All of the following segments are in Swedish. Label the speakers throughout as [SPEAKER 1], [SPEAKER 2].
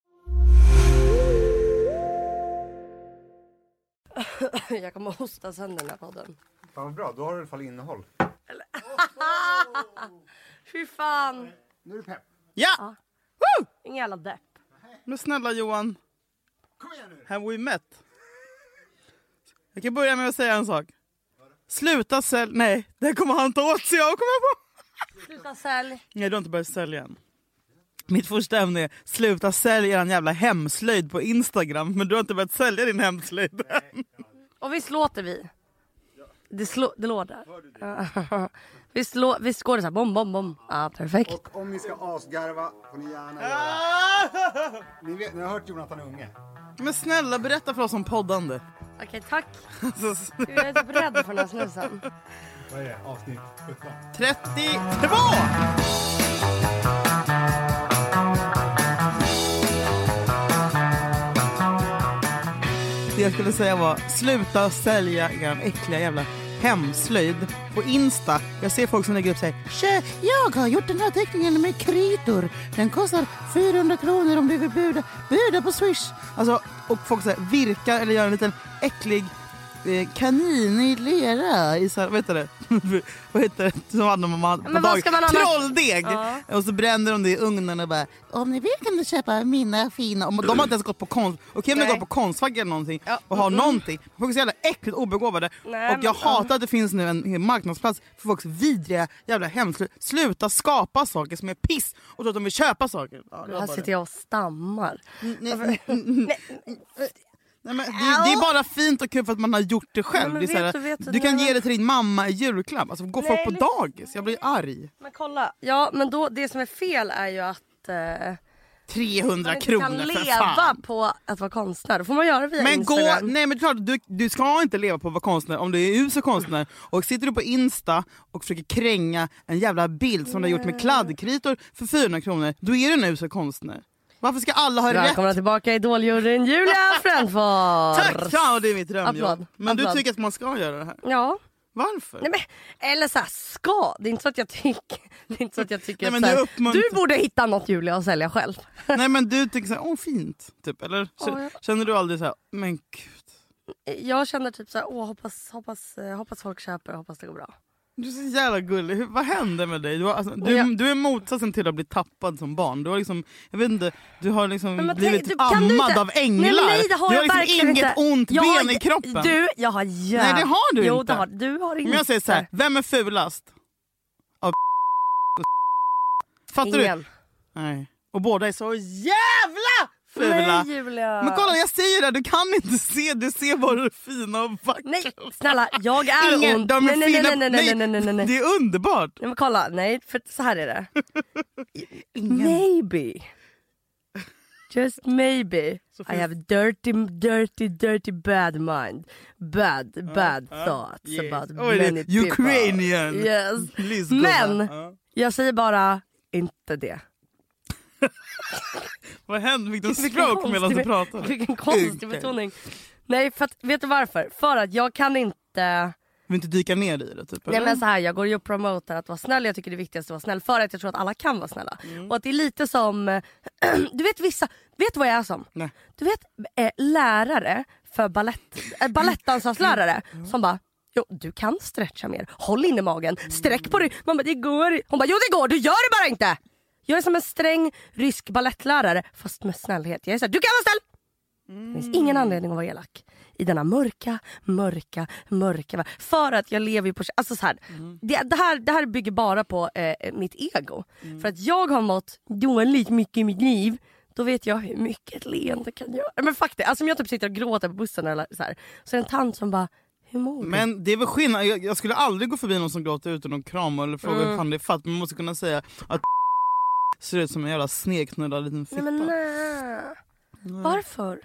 [SPEAKER 1] Jag kommer hosta sönder den här podden.
[SPEAKER 2] Fan vad bra, då har du i alla fall innehåll.
[SPEAKER 1] Fy fan!
[SPEAKER 2] Nu är du pepp.
[SPEAKER 3] Ja!
[SPEAKER 1] Ingen jävla depp.
[SPEAKER 3] Men snälla Johan,
[SPEAKER 2] Kom igen nu!
[SPEAKER 3] have we met? Jag kan börja med att säga en sak. Sluta sälj... Nej, det kommer han ta åt sig av kommer jag på.
[SPEAKER 1] Sluta sälj.
[SPEAKER 3] Nej, du har inte börjat sälja än. Mitt första ämne är sluta sälja en jävla hemslöjd på Instagram. Men du har inte börjat sälja din hemslöjd än.
[SPEAKER 1] Och visst låter vi? Det, slå, det låter. visst, lå, visst går det så här bom, bom, bom. Ja, perfekt.
[SPEAKER 2] Och om ni ska asgarva får ni gärna göra. Ni, vet, ni har hört Jonathan Unge?
[SPEAKER 3] Men snälla berätta för oss om poddande.
[SPEAKER 1] Okej, tack.
[SPEAKER 3] Alltså,
[SPEAKER 1] Gud, jag är typ rädd för den här snusen.
[SPEAKER 2] Vad är det? Avsnitt 17?
[SPEAKER 3] 32! Det jag skulle säga var sluta sälja er äckliga jävla hemslöjd på Insta. Jag ser folk som lägger upp sig. Tjö, jag har gjort den här teckningen med kritor. Den kostar 400 kronor om du vill buda. Buda på Swish. Alltså, och folk så här, virkar eller gör en liten äcklig eh, kanin i lera i så här, vad heter det? vad heter det? Som hade man, man,
[SPEAKER 1] Men vad ska man annars-
[SPEAKER 3] Trolldeg!
[SPEAKER 1] Ja.
[SPEAKER 3] Och så bränner de det i ugnen och bara om ni vill kan ni köpa mina fina. Och de har inte ens gått på konst. Okej om de
[SPEAKER 1] Nej.
[SPEAKER 3] går på konstfack eller någonting
[SPEAKER 1] Ja. mm.
[SPEAKER 3] och har någonting. Folk är så jävla äckligt obegåvade.
[SPEAKER 1] Nej,
[SPEAKER 3] och jag
[SPEAKER 1] men,
[SPEAKER 3] hatar att det finns nu en hel marknadsplats för folks vidriga jävla hemslu. Sluta skapa saker som är piss och tro att de vill köpa saker. Ja, det var
[SPEAKER 1] Här
[SPEAKER 3] bara
[SPEAKER 1] sitter
[SPEAKER 3] det.
[SPEAKER 1] jag och stammar.
[SPEAKER 3] Nej, nej, men det, är- det är bara fint och kul för att man har gjort det
[SPEAKER 1] Nej,
[SPEAKER 3] själv.
[SPEAKER 1] men
[SPEAKER 3] det är så
[SPEAKER 1] vet
[SPEAKER 3] här,
[SPEAKER 1] du- vet du,
[SPEAKER 3] du kan
[SPEAKER 1] nej,
[SPEAKER 3] ge
[SPEAKER 1] men-
[SPEAKER 3] det till din mamma i julklapp. Alltså, går
[SPEAKER 1] Nej,
[SPEAKER 3] folk på
[SPEAKER 1] liksom.
[SPEAKER 3] dagis? Jag blir arg.
[SPEAKER 1] Men kolla. Ja, men då, det som är fel är ju att... Eh,
[SPEAKER 3] 300
[SPEAKER 1] man inte
[SPEAKER 3] kronor
[SPEAKER 1] kan
[SPEAKER 3] för
[SPEAKER 1] leva
[SPEAKER 3] fan.
[SPEAKER 1] på att vara konstnär. Då får man göra det via
[SPEAKER 3] Men gå,
[SPEAKER 1] Instagram.
[SPEAKER 3] nej men klart, du, du ska inte leva på att vara konstnär om du är usel konstnär. Och sitter du på Insta och försöker kränga en jävla bild som du har gjort med kladdkritor för 400 kronor, då är du en usel konstnär. Varför ska alla ha rätt?
[SPEAKER 1] Välkomna tillbaka i Idoljuryn Julia Frändfors!
[SPEAKER 3] Tack! Ja, det är mitt drömjobb.
[SPEAKER 1] Applåd,
[SPEAKER 3] Men
[SPEAKER 1] applåd.
[SPEAKER 3] du tycker att man ska göra det här?
[SPEAKER 1] Ja.
[SPEAKER 3] Varför?
[SPEAKER 1] Nej, men, eller såhär, ska. Det är inte så att jag tycker, det är inte så att jag tycker
[SPEAKER 3] Nej, men
[SPEAKER 1] att så här,
[SPEAKER 3] du uppmuntrar-
[SPEAKER 1] du borde hitta något Julia att sälja själv.
[SPEAKER 3] Nej, men du tycker såhär, åh fint, typ. Eller
[SPEAKER 1] Ja, ja.
[SPEAKER 3] känner du aldrig såhär, men gud.
[SPEAKER 1] Jag känner typ såhär, åh hoppas, hoppas, eh, hoppas folk köper, hoppas det går bra.
[SPEAKER 3] Du är så jävla gullig. Hur, vad hände med dig? Du, har, alltså,
[SPEAKER 1] Och
[SPEAKER 3] du,
[SPEAKER 1] jag-
[SPEAKER 3] du är motsatsen till att bli tappad som barn. Du har liksom, jag vet inte, du har liksom
[SPEAKER 1] Men man
[SPEAKER 3] blivit
[SPEAKER 1] tänker- du- kan du
[SPEAKER 3] ammad
[SPEAKER 1] inte-
[SPEAKER 3] av änglar.
[SPEAKER 1] Nej, men nej det har
[SPEAKER 3] du
[SPEAKER 1] jag
[SPEAKER 3] har liksom
[SPEAKER 1] verkligen
[SPEAKER 3] inget
[SPEAKER 1] inte.
[SPEAKER 3] ont
[SPEAKER 1] Jag har-
[SPEAKER 3] ben i kroppen.
[SPEAKER 1] Du, jag har jäv...
[SPEAKER 3] Nej, det har du
[SPEAKER 1] jo,
[SPEAKER 3] inte.
[SPEAKER 1] Det har, du har inte.
[SPEAKER 3] Men jag säger så här, vem är fulast? Av och Fattar
[SPEAKER 1] Ingen.
[SPEAKER 3] du? Nej. Och båda är så jävla fula.
[SPEAKER 1] Nej Julia.
[SPEAKER 3] Men kolla jag säger det, du kan inte se, du ser bara det fina och vackra.
[SPEAKER 1] Nej snälla, jag är
[SPEAKER 3] Ingen,
[SPEAKER 1] ond.
[SPEAKER 3] de är
[SPEAKER 1] nej, nej,
[SPEAKER 3] fina-
[SPEAKER 1] nej, nej, nej, nej, nej, nej, nej.
[SPEAKER 3] Det är underbart.
[SPEAKER 1] Nej men kolla, nej för så här är det. Maybe. Just maybe. I have dirty, dirty, dirty bad mind. Bad, bad thoughts
[SPEAKER 3] yes.
[SPEAKER 1] about
[SPEAKER 3] Oj, det är
[SPEAKER 1] many people.
[SPEAKER 3] Ukrainian.
[SPEAKER 1] Yes.
[SPEAKER 3] Liz,
[SPEAKER 1] Men
[SPEAKER 3] gumman. Ja.
[SPEAKER 1] jag säger bara inte det.
[SPEAKER 3] Vad hände? Fick du en
[SPEAKER 1] Vilken
[SPEAKER 3] stroke
[SPEAKER 1] konstig-
[SPEAKER 3] medan du pratade?
[SPEAKER 1] Vilken konstig
[SPEAKER 3] Okej.
[SPEAKER 1] betoning. Nej, för att, vet du varför? För att jag kan inte...
[SPEAKER 3] Vill inte dyka ner i det typ?
[SPEAKER 1] Nej
[SPEAKER 3] eller?
[SPEAKER 1] men så här, jag går ju och promotar att vara snäll. Jag tycker det viktigaste är att vara snäll för att jag tror att alla kan vara snälla.
[SPEAKER 3] Mm.
[SPEAKER 1] Och att det är lite som, du vet vissa, vet du vad jag är som?
[SPEAKER 3] Nej.
[SPEAKER 1] Du vet eh, lärare för ballett, eh, balettdansarslärare som bara Jo, du kan stretcha mer. Håll inne magen. Sträck på dig. Man bara, det går. Hon bara, jo det går. Du gör det bara inte. Jag är som en sträng rysk ballettlärare fast med snällhet. Jag är såhär, du kan vara snäll! Det finns
[SPEAKER 3] Mm.
[SPEAKER 1] ingen anledning att vara elak i denna mörka, mörka, mörka värld. För att jag lever ju på... Alltså så här,
[SPEAKER 3] Mm.
[SPEAKER 1] det, det här. Det här bygger bara på eh, mitt ego.
[SPEAKER 3] Mm.
[SPEAKER 1] För att jag har mått dåligt mycket i mitt liv. Då vet jag hur mycket ett leende kan göra. Men faktiskt, alltså om jag typ sitter och gråter på bussen eller så här, så är det en tant som bara, hur mår du?
[SPEAKER 3] Men det är väl skillnad, jag, jag skulle aldrig gå förbi någon som gråter utan att krama eller fråga
[SPEAKER 1] Mm.
[SPEAKER 3] hur fan det är fatt. Men man måste kunna säga att ser ut som en jävla sneknullad liten
[SPEAKER 1] nej
[SPEAKER 3] fitta.
[SPEAKER 1] men nej. Varför?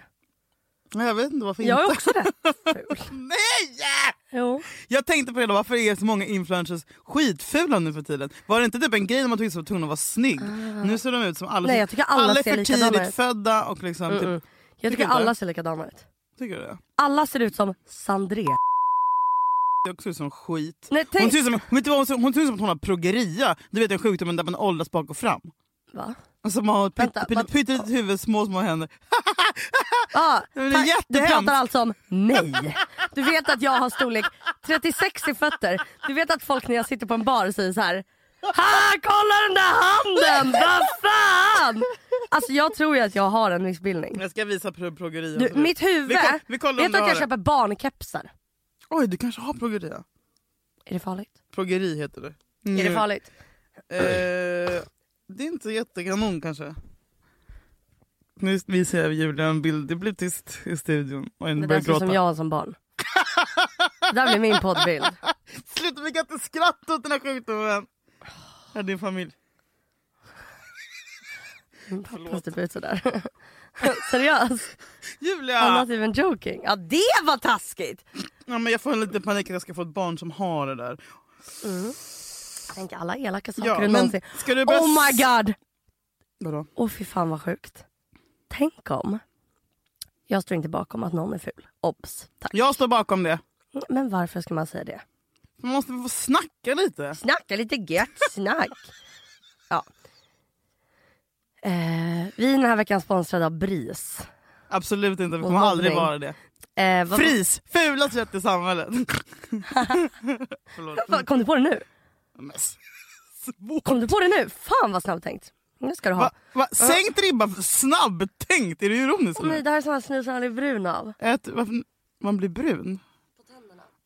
[SPEAKER 3] Jag vet inte varför
[SPEAKER 1] Jag är
[SPEAKER 3] inte.
[SPEAKER 1] också rätt ful.
[SPEAKER 3] Nej!
[SPEAKER 1] Jo.
[SPEAKER 3] Jag tänkte på det, då, varför är så många influencers skitfula nu för tiden? Var det inte typ en grej när man tyckte sig vara tvungen att vara snygg? Nu ser de ut som alla,
[SPEAKER 1] Ah. Nej, jag tycker alla
[SPEAKER 3] är
[SPEAKER 1] ser
[SPEAKER 3] för
[SPEAKER 1] likadana
[SPEAKER 3] tidigt
[SPEAKER 1] ut.
[SPEAKER 3] födda och liksom... Typ,
[SPEAKER 1] Jag
[SPEAKER 3] Tycker
[SPEAKER 1] tycker
[SPEAKER 3] inte?
[SPEAKER 1] alla ser likadana ut.
[SPEAKER 3] tycker du det?
[SPEAKER 1] Alla ser ut som Sandré.
[SPEAKER 3] Det också ut som skit.
[SPEAKER 1] Nej,
[SPEAKER 3] Hon
[SPEAKER 1] tänk...
[SPEAKER 3] ser ut som, vet du vad hon ser, hon ser ut som att hon har progeria. Du vet den sjukdomen där man åldras bak och fram.
[SPEAKER 1] Va?
[SPEAKER 3] Alltså man har ett
[SPEAKER 1] Vänta,
[SPEAKER 3] pytte-
[SPEAKER 1] vad-
[SPEAKER 3] pytte- pyttelitet huvud, små små händer.
[SPEAKER 1] Ja,
[SPEAKER 3] Det blir
[SPEAKER 1] tack. Du
[SPEAKER 3] jättehemskt.
[SPEAKER 1] pratar alltså om mig. Du vet att jag har storlek 36 i fötter. Du vet att folk när jag sitter på en bar säger så här. Ha, kolla den där handen! Vad fan! Alltså jag tror ju att jag har en missbildning.
[SPEAKER 3] Jag ska visa pro- progeria.
[SPEAKER 1] Du, mitt huvud,
[SPEAKER 3] Mm. Vi koll- vi kollar om
[SPEAKER 1] vet
[SPEAKER 3] du
[SPEAKER 1] du att
[SPEAKER 3] har
[SPEAKER 1] jag
[SPEAKER 3] det.
[SPEAKER 1] köper barnkepsar?
[SPEAKER 3] Oj, du kanske har progeria.
[SPEAKER 1] Är det farligt?
[SPEAKER 3] Progeri heter det.
[SPEAKER 1] Mm. Är det farligt?
[SPEAKER 3] Eh, det är inte jättekanon kanske. Nu visar jag Julia en bild. Det blev tyst i studion. Och
[SPEAKER 1] Det
[SPEAKER 3] en
[SPEAKER 1] där
[SPEAKER 3] börjar
[SPEAKER 1] ser ut
[SPEAKER 3] gråta.
[SPEAKER 1] som jag som barn. Det där blir min poddbild.
[SPEAKER 3] Sluta, vi kan inte skratta åt den här sjukdomen. Här är din familj.
[SPEAKER 1] Min pappa ser typ ut sådär. Seriöst? I'm
[SPEAKER 3] Julia!
[SPEAKER 1] not even joking. Ja det var taskigt!
[SPEAKER 3] Ja, men jag får en liten panik att jag ska få ett barn som har det där.
[SPEAKER 1] Tänk alla elaka saker
[SPEAKER 3] Ja,
[SPEAKER 1] du
[SPEAKER 3] men
[SPEAKER 1] någonsin...
[SPEAKER 3] ska du börja
[SPEAKER 1] Oh my
[SPEAKER 3] s-
[SPEAKER 1] god!
[SPEAKER 3] Vadå?
[SPEAKER 1] Åh fy fan vad sjukt. Tänk om. Jag står inte bakom att någon är ful. Obs. Tack.
[SPEAKER 3] Jag står bakom det.
[SPEAKER 1] Men varför ska man säga det?
[SPEAKER 3] Man måste få snacka lite.
[SPEAKER 1] Snacka lite gött snack. Ja. Eh, vi är den här veckan sponsrade av BRIS.
[SPEAKER 3] Absolut inte, vi
[SPEAKER 1] Och
[SPEAKER 3] kommer aldrig
[SPEAKER 1] mobbning.
[SPEAKER 3] vara det.
[SPEAKER 1] Eh, vad-
[SPEAKER 3] Fris! Fula kött i samhället. Förlåt.
[SPEAKER 1] Vad, Kom du på det nu?
[SPEAKER 3] Men s- svårt.
[SPEAKER 1] Kom du på det nu? Fan vad snabbt tänkt. Nu ska du ha.
[SPEAKER 3] Va, va, sänkt ribba, för snabbtänkt, är det ironiskt?
[SPEAKER 1] Åh, nej, det här är sån här snus som han är brun av.
[SPEAKER 3] Ät, varför, man blir brun.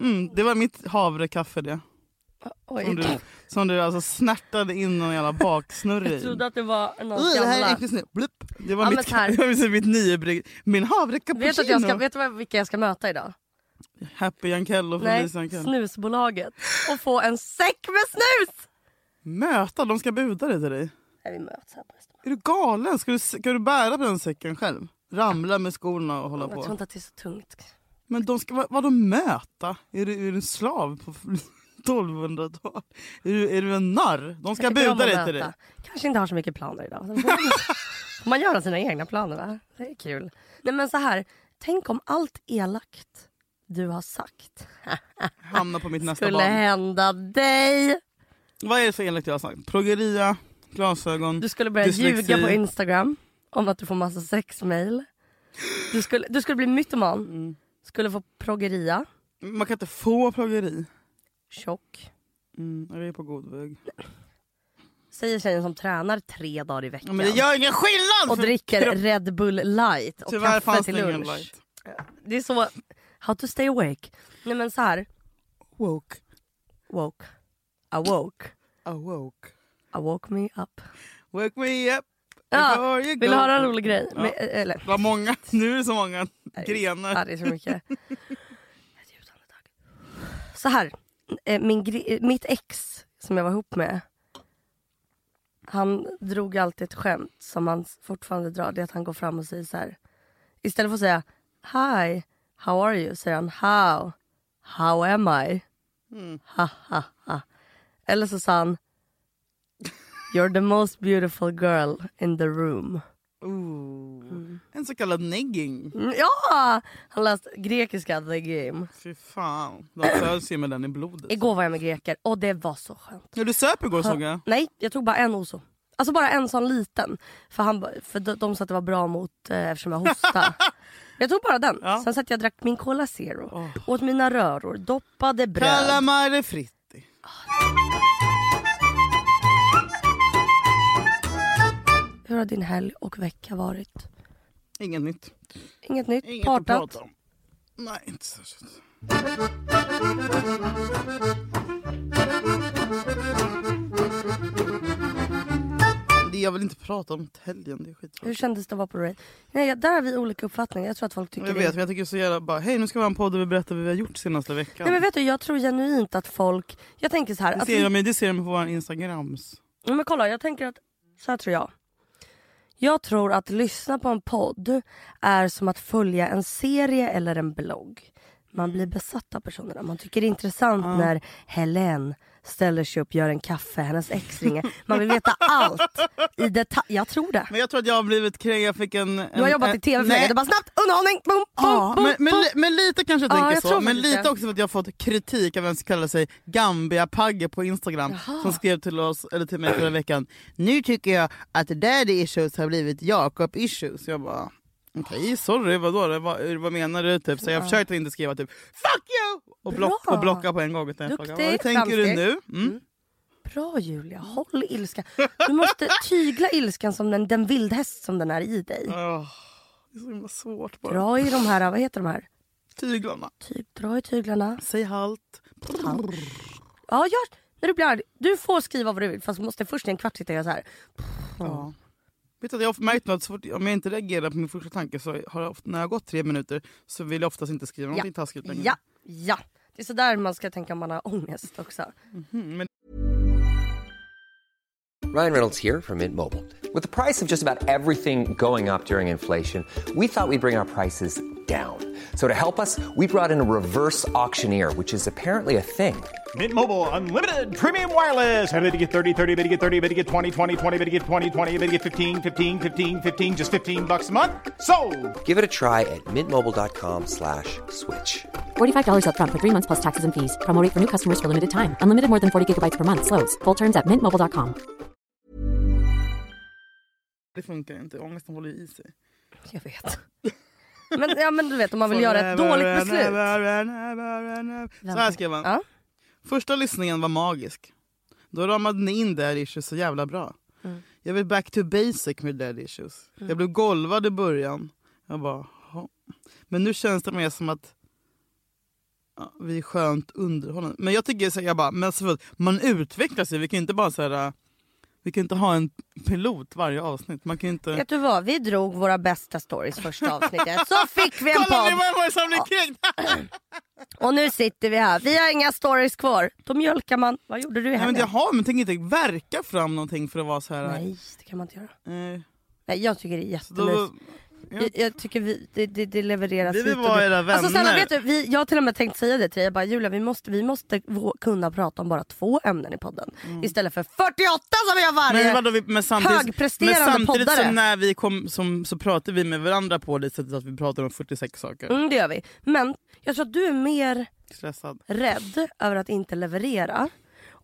[SPEAKER 3] Mm, det var mitt havrekaffe det. Som
[SPEAKER 1] Oj.
[SPEAKER 3] du, som du alltså snärtade in någon jävla baksnurre
[SPEAKER 1] Jag
[SPEAKER 3] i.
[SPEAKER 1] trodde att det var någon
[SPEAKER 3] Ugh, Det här är
[SPEAKER 1] gamla.
[SPEAKER 3] äckligt snö. Blupp. Det var
[SPEAKER 1] Ja, men
[SPEAKER 3] mitt,
[SPEAKER 1] så här.
[SPEAKER 3] det var precis mitt nybrygg. Min havrecappuccino.
[SPEAKER 1] Vet, att jag ska, vet du vad- vilka jag ska möta idag?
[SPEAKER 3] Happy Jankell och
[SPEAKER 1] Nej,
[SPEAKER 3] Felicia Jankell.
[SPEAKER 1] snusbolaget. Och få en säck med snus!
[SPEAKER 3] Möta, de ska buda det till dig.
[SPEAKER 1] Nej, vi möts här på restaurang.
[SPEAKER 3] Är du galen? Ska du, ska du bära på den säcken själv? Ramla med skorna och hålla
[SPEAKER 1] Jag tror
[SPEAKER 3] på.
[SPEAKER 1] inte att det är så tungt.
[SPEAKER 3] Men de ska, vad, vad de möta? Är du, är du en slav på 1200-tal? Är du, är du en narr? De ska
[SPEAKER 1] Jag tycker om
[SPEAKER 3] buda
[SPEAKER 1] att
[SPEAKER 3] dig till
[SPEAKER 1] möta.
[SPEAKER 3] dig.
[SPEAKER 1] Kanske inte har så mycket planer idag. Så får man- får man göra sina egna planer va? Det är kul. Nej men så här, tänk om allt elakt du har sagt
[SPEAKER 3] Hamna på mitt nästa
[SPEAKER 1] skulle
[SPEAKER 3] barn.
[SPEAKER 1] hända dig.
[SPEAKER 3] Vad är det för enligt jag har sagt? Progeria, glasögon,
[SPEAKER 1] Du skulle börja
[SPEAKER 3] dyslexi.
[SPEAKER 1] ljuga på Instagram om att du får massa sexmail. Du skulle, du skulle bli
[SPEAKER 3] Mm.
[SPEAKER 1] mytoman. Skulle få progeria,
[SPEAKER 3] Man kan inte få progeri.
[SPEAKER 1] tjock.
[SPEAKER 3] Mm, vi är på god väg.
[SPEAKER 1] Säger tjejen som tränar tre dagar i veckan.
[SPEAKER 3] Men det gör ingen skillnad!
[SPEAKER 1] och
[SPEAKER 3] för-
[SPEAKER 1] dricker Red Bull light och
[SPEAKER 3] Tyvärr
[SPEAKER 1] kaffe
[SPEAKER 3] fanns
[SPEAKER 1] till
[SPEAKER 3] det ingen
[SPEAKER 1] lunch.
[SPEAKER 3] light.
[SPEAKER 1] Det är så, how to stay awake. Nej men så här,
[SPEAKER 3] Woke.
[SPEAKER 1] woke, awoke,
[SPEAKER 3] Awoke.
[SPEAKER 1] awoke me up.
[SPEAKER 3] Wake me up
[SPEAKER 1] Ja,
[SPEAKER 3] before you
[SPEAKER 1] vill
[SPEAKER 3] go.
[SPEAKER 1] du höra en rolig grej?
[SPEAKER 3] Ja.
[SPEAKER 1] Men, eller,
[SPEAKER 3] Det var många. Nu är det så många grenar.
[SPEAKER 1] ja, det är så mycket. Ett djupt andetag. Så här, eh, min, gre- eh, mitt ex som jag var ihop med han drog alltid ett skämt som han fortfarande drar. Det är att han går fram och säger så här. Istället för att säga Hi, how are you? Säger han How? How am I? Ha, ha, ha. Eller så sa han You're the most beautiful girl in the room.
[SPEAKER 3] Ooh. En så kallad negging.
[SPEAKER 1] Mm, Ja! Han läste grekiska The Game.
[SPEAKER 3] Fy fan. De föds ju med den i blodet.
[SPEAKER 1] Igår var jag med greker och det var så skönt.
[SPEAKER 3] Ja, du söp igår Alltså. såg jag.
[SPEAKER 1] Nej, jag tog bara en oso. Alltså bara en sån liten. För, han, ba- för de, de sa att det var bra mot eh, eftersom jag hostade. jag tog bara den.
[SPEAKER 3] Ja.
[SPEAKER 1] Sen satt jag och drack min Cola Zero. Åt mina röror, doppade bröd.
[SPEAKER 3] Calamari fritti.
[SPEAKER 1] Hur har din helg och vecka varit?
[SPEAKER 3] Inget nytt.
[SPEAKER 1] Inget nytt?
[SPEAKER 3] Inget att
[SPEAKER 1] Partat?
[SPEAKER 3] prata om. Nej, inte särskilt. Det jag vill inte prata om helgen, det är skit.
[SPEAKER 1] Hur kändes det att vara på Ray? Nej, jag- där har vi olika uppfattningar. Jag tror att folk tycker
[SPEAKER 3] Jag
[SPEAKER 1] det.
[SPEAKER 3] vet, men jag tycker så jävla bara, hej nu ska vi ha en podd där vi berättar vad vi har gjort senaste veckan.
[SPEAKER 1] Nej men alltså- vet du, jag tror genuint att folk... Jag tänker så här.
[SPEAKER 3] det,
[SPEAKER 1] att
[SPEAKER 3] ser de, det ser de på våran instagrams.
[SPEAKER 1] Ja, Men kolla, jag tänker att så här tror jag. Jag tror att lyssna på en podd är som att följa en serie eller en blogg.
[SPEAKER 3] Mm.
[SPEAKER 1] Man blir besatt av personerna. Man tycker det är intressant när Helen ställer sig upp, gör en kaffe, hennes ex ringer. Man vill veta allt i detalj. Jag tror det.
[SPEAKER 3] Men jag tror att jag har blivit kränkt, jag fick en... en
[SPEAKER 1] Du har jobbat
[SPEAKER 3] en,
[SPEAKER 1] i tv för länge.
[SPEAKER 3] nej.
[SPEAKER 1] Det är bara snabbt, underhållning, boom, boom,
[SPEAKER 3] Ja,
[SPEAKER 1] boom,
[SPEAKER 3] men, men,
[SPEAKER 1] boom.
[SPEAKER 3] li- men lite kanske jag
[SPEAKER 1] Ja,
[SPEAKER 3] tänker
[SPEAKER 1] jag tror
[SPEAKER 3] så. Men
[SPEAKER 1] faktiskt
[SPEAKER 3] lite
[SPEAKER 1] det.
[SPEAKER 3] också för att jag har fått kritik av en som kallar sig Gambia-Pagge på Instagram. Som skrev till oss, eller till mig förra veckan. Nu tycker jag att daddy issues har blivit Jakob issues. Jag bara, Okej, sorry, vadå? Det var, vad menar du? Typ? Så jag försökte inte skriva typ fuck you! Och, block,
[SPEAKER 1] Bra.
[SPEAKER 3] och blocka på en gång. Utan jag
[SPEAKER 1] Duktigt,
[SPEAKER 3] frågade, vad tänker du
[SPEAKER 1] framsteg.
[SPEAKER 3] nu? Mm.
[SPEAKER 1] Bra Julia, håll ilskan. Du måste tygla ilskan som den, den vildhäst som den är i dig.
[SPEAKER 3] Åh, det är så himla svårt bara.
[SPEAKER 1] Dra i de här, vad heter de här?
[SPEAKER 3] Tyglarna.
[SPEAKER 1] Tyg, dra i tyglarna.
[SPEAKER 3] Säg halt.
[SPEAKER 1] Ja, gör, när du blir arg. Du får skriva vad du vill fast du måste först i en kvart sitta och göra så här.
[SPEAKER 3] Ja. Vet du, att jag har märkt nu att så fort, om jag inte reagerar på min första tanke så har jag, ofta- när jag har gått tre minuter så vill jag oftast inte skriva någonting taskigt längre.
[SPEAKER 1] Ja, ja. Det är så där man ska tänka om man har ångest också.
[SPEAKER 3] Mm, men
[SPEAKER 4] Ryan Reynolds here from Mint Mobile. With the price of just about everything going up during inflation, we thought we'd bring our prices down. So to help us, we brought in a reverse auctioneer, which is apparently a thing.
[SPEAKER 5] Mint Mobile unlimited premium wireless. Ready to get 30, 30, ready to get 30, ready to get 20, 20, 20, ready to get 20, 20, ready to get 15, 15, 15, 15 just 15 bucks a month. Sold.
[SPEAKER 4] Give it a try at mintmobile.com slash switch.
[SPEAKER 6] $45 up front for three months plus taxes and fees. Promo rate for new customers for limited time. Unlimited more than 40 gigabytes per month. Slows. Full terms at mintmobile.com.
[SPEAKER 3] det funkar inte, ångesten håller i sig.
[SPEAKER 1] Jag vet. Men, ja, men du vet om man vill göra ett dåligt beslut.
[SPEAKER 3] Så här skrev han.
[SPEAKER 1] Ja.
[SPEAKER 3] Första lyssningen var magisk. Då ramade ni in Daddy Issues så jävla bra.
[SPEAKER 1] Mm.
[SPEAKER 3] Jag vill back to basic med Daddy Issues. Jag blev golvad i början. Jag bara, "Jaha." Men nu känns det mer som att ja, vi är skönt underhållande. Men jag tycker så här, jag bara, men så förlåt, man utvecklas ju. Vi kan ju inte bara så här, äh, vi kan inte ha en pilot varje avsnitt. Man kan ju inte...
[SPEAKER 1] Vet du vad, vi drog våra bästa stories första avsnittet. Så fick vi en
[SPEAKER 3] Kolla
[SPEAKER 1] podd.
[SPEAKER 3] nu var det som blev kränkt!
[SPEAKER 1] Och nu sitter vi här. Vi har inga stories kvar. Då mjölkar man. Vad gjorde du i
[SPEAKER 3] Nej, men
[SPEAKER 1] helgen?
[SPEAKER 3] jaha, men tänk inte verka fram någonting för att vara så här...
[SPEAKER 1] Nej, det kan man inte göra.
[SPEAKER 3] Eh,
[SPEAKER 1] Nej, jag tycker det är
[SPEAKER 3] då,
[SPEAKER 1] jättemysigt. Jag, jag tycker vi, det, det, det levereras
[SPEAKER 3] Vi vill
[SPEAKER 1] hit och
[SPEAKER 3] vara
[SPEAKER 1] dit.
[SPEAKER 3] era
[SPEAKER 1] Alltså, snälla,
[SPEAKER 3] vänner.
[SPEAKER 1] vet du, vi, jag har till och med tänkt säga det till dig. Jag bara, Julia vi måste, vi måste vå- kunna prata om bara två ämnen i podden. Istället för 48 som vi har varje.
[SPEAKER 3] Mm. men, vadå, vi- men samtidigt, men
[SPEAKER 1] högpresterande
[SPEAKER 3] samtidigt
[SPEAKER 1] poddare.
[SPEAKER 3] som när vi kom, som, så pratade vi med varandra på det sättet att vi pratade om 46 saker.
[SPEAKER 1] Mm, det gör vi. Men jag tror att du är mer
[SPEAKER 3] Stressad.
[SPEAKER 1] rädd över att inte leverera.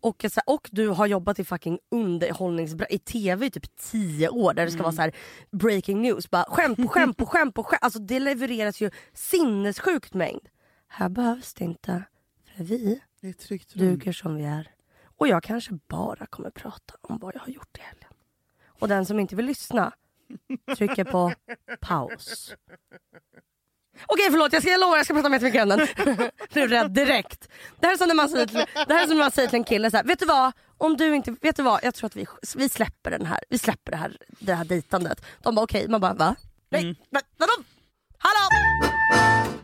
[SPEAKER 1] Och, jag så här- och du har jobbat i fucking underhållningsbranschen, i tv i typ 10 år där det ska vara
[SPEAKER 3] Mm.
[SPEAKER 1] så här breaking news. Bara skämt på skämt på skämt på skämt. Alltså det levereras ju sinnessjukt mängd. Här behövs det inte. För vi
[SPEAKER 3] Det är tryggt.
[SPEAKER 1] duger som vi är. Och jag kanske bara kommer prata om vad jag har gjort i helgen. Och den som inte vill lyssna trycker på paus. Okej förlåt, jag, ska, jag lovar jag ska prata om jättemycket ämnen. Blev rädd direkt. Det här är som när man säger till, det här är som när man säger till en kille så här, vet du vad? Om du inte, vet du vad? Jag tror att vi, vi släpper den här, vi släpper det här, det här dejtandet. De bara okej, man bara va? Nej, va, vadå? Hallå!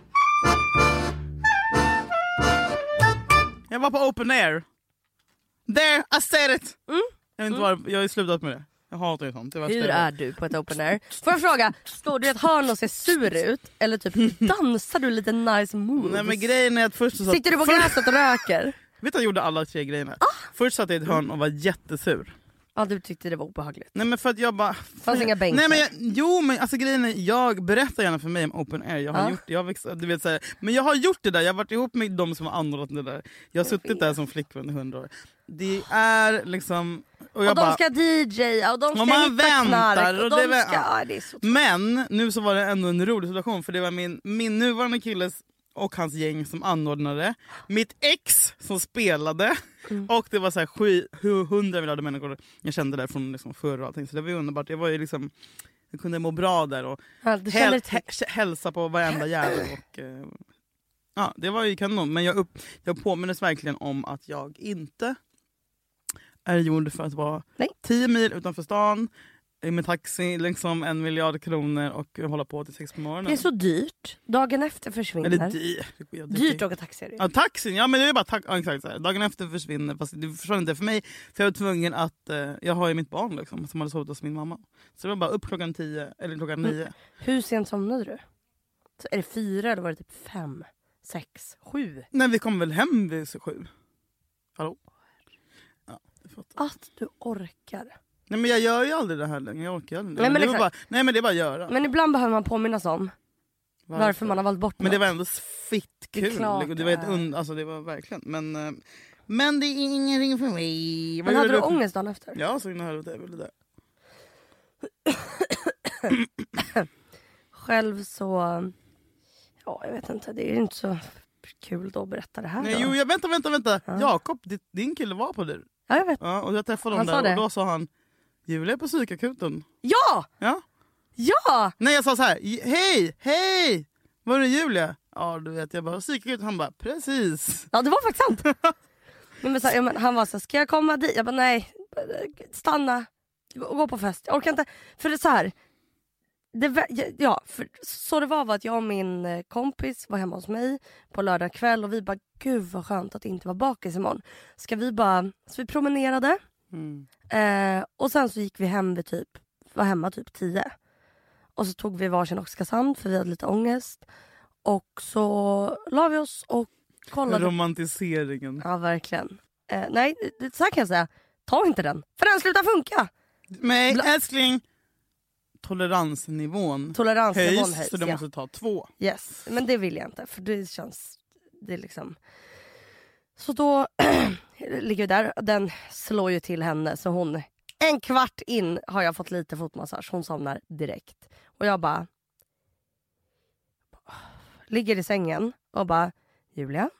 [SPEAKER 3] Jag var på open air. There, I said it! Jag, vet inte var, jag har ju slutat med det. Jag hatar ju sånt. Det var
[SPEAKER 1] Mm. Hur
[SPEAKER 3] större.
[SPEAKER 1] är du på ett open air? Får jag fråga, står du i ett hörn och ser sur ut? Eller typ dansar du lite nice moves?
[SPEAKER 3] Nej, men grejen är att först så
[SPEAKER 1] Sitter du på Ah!
[SPEAKER 3] först,
[SPEAKER 1] gräset och röker?
[SPEAKER 3] Vet du jag gjorde alla tre grejerna? Först satt jag i ett hörn och var jättesur.
[SPEAKER 1] Ja du tyckte det var obehagligt.
[SPEAKER 3] Nej men för att jag bara...
[SPEAKER 1] Fanns inga bänkar.
[SPEAKER 3] Nej, men jag, jo men alltså grejen är, jag berättar gärna för mig om open air. Jag har
[SPEAKER 1] Ja.
[SPEAKER 3] gjort det, jag har växt, du vet, så här, Men jag har gjort det där, jag har varit ihop med de som har anordnat det där. Jag har suttit där som flickvän i hundra år. Det är liksom... Och jag
[SPEAKER 1] Och de
[SPEAKER 3] bara,
[SPEAKER 1] ska DJa och de ska
[SPEAKER 3] och man
[SPEAKER 1] hitta knark.
[SPEAKER 3] väntar.
[SPEAKER 1] Och
[SPEAKER 3] Och
[SPEAKER 1] de
[SPEAKER 3] det,
[SPEAKER 1] ska, ja,
[SPEAKER 3] ja.
[SPEAKER 1] det är så
[SPEAKER 3] Men nu så var det ändå en rolig situation för det var min, min nuvarande killes och hans gäng som anordnade, mitt ex som spelade
[SPEAKER 1] Mm.
[SPEAKER 3] och det var så här sju, hu- hundra miljarder människor jag kände där från liksom förr och allting. Så det var ju underbart. Jag, var ju liksom, jag kunde må bra där och
[SPEAKER 1] Ja, du kände
[SPEAKER 3] häl,
[SPEAKER 1] dig
[SPEAKER 3] hä, hälsa på varenda jävel. Och, eh, ja, det var ju kanon men jag, upp, jag påminnes verkligen om att jag inte är gjord för att vara
[SPEAKER 1] Nej.
[SPEAKER 3] 10 mil utanför stan i min taxi, liksom en miljard kronor och hålla på till sex på morgonen.
[SPEAKER 1] Det är så dyrt. Dagen efter försvinner.
[SPEAKER 3] Eller dyrt. Jag dricker-
[SPEAKER 1] Dyrt att åka taxi är det ju.
[SPEAKER 3] Ja, taxin, ja men det är bara tax- ja, exakt så här. Dagen efter försvinner, fast det försvann inte för mig. För jag var tvungen att, eh, jag har ju mitt barn liksom, som hade sovit hos min mamma. Så det var bara upp klockan 10 eller klockan 9.
[SPEAKER 1] Hur sent somnade du? Så är det fyra eller var det typ fem? Sex? Sju?
[SPEAKER 3] Nej vi kom väl hem vid sju? Hallå? Ja, du fattar.
[SPEAKER 1] Att du orkar.
[SPEAKER 3] Nej men jag gör ju aldrig det här längre, jag orkar aldrig.
[SPEAKER 1] Nej, men
[SPEAKER 3] det var
[SPEAKER 1] exakt.
[SPEAKER 3] bara, nej men det är bara att göra.
[SPEAKER 1] Men ibland behöver man påminnas om varför, man har valt bort
[SPEAKER 3] Men det
[SPEAKER 1] något.
[SPEAKER 3] var ändå fitt
[SPEAKER 1] Det är
[SPEAKER 3] kul.
[SPEAKER 1] klart
[SPEAKER 3] Det, det, var ett
[SPEAKER 1] det är.
[SPEAKER 3] und- alltså, det var verkligen. Men, eh, men det är ingenting för mig. Vad
[SPEAKER 1] Men hade
[SPEAKER 3] gjorde
[SPEAKER 1] du ångest dagen efter?
[SPEAKER 3] Ja, så in i helvete. Jag ville det.
[SPEAKER 1] Själv så... Ja, jag vet inte. Det är inte så kul då att berätta det här.
[SPEAKER 3] Nej,
[SPEAKER 1] då.
[SPEAKER 3] jo, jag, vänta, vänta, vänta. Jakob, ditt- din kille var på det.
[SPEAKER 1] Ja, jag vet.
[SPEAKER 3] Ja, och jag träffade honom
[SPEAKER 1] Han sa
[SPEAKER 3] där
[SPEAKER 1] det.
[SPEAKER 3] och då sa han Julia är på psykakuten.
[SPEAKER 1] Ja!
[SPEAKER 3] Ja.
[SPEAKER 1] Ja!
[SPEAKER 3] Nej jag sa så här, "J- hej, hej! Var det Julia? Ja du vet, jag bara psykakuten. Han bara precis.
[SPEAKER 1] Ja, det var faktiskt sant. men, men, så, här, ja, men, han var så här, ska jag komma dit? Jag bara, nej. Stanna. Gå, gå på fest. Jag orkar inte. För det är så här. Det, vä- ja, för, så det var var att jag och min eh, kompis var hemma hos mig på lördag kväll och vi bara, gud vad skönt att inte vara bakis imorgon. Ska vi bara, så vi promenerade. Eh, och sen så gick vi hem vid typ, var hemma typ 10. Och så tog vi varsin Oskarshamn för vi hade lite ångest. Och så la vi oss och kollade
[SPEAKER 3] Romantiseringen.
[SPEAKER 1] Ja, verkligen. Eh, nej, det, så här kan jag säga. Ta inte den, för den slutar funka.
[SPEAKER 3] Nej älskling, toleransnivån
[SPEAKER 1] Toleransnivån
[SPEAKER 3] höjs
[SPEAKER 1] höjs.
[SPEAKER 3] så du
[SPEAKER 1] ja.
[SPEAKER 3] måste ta två.
[SPEAKER 1] yes. Men det vill jag inte, för det känns... Det är liksom... Så då ligger vi där. Den slår ju till henne, så hon... En kvart in har jag fått lite fotmassage. Hon somnar direkt. Och jag bara... Ligger i sängen och bara... Julia?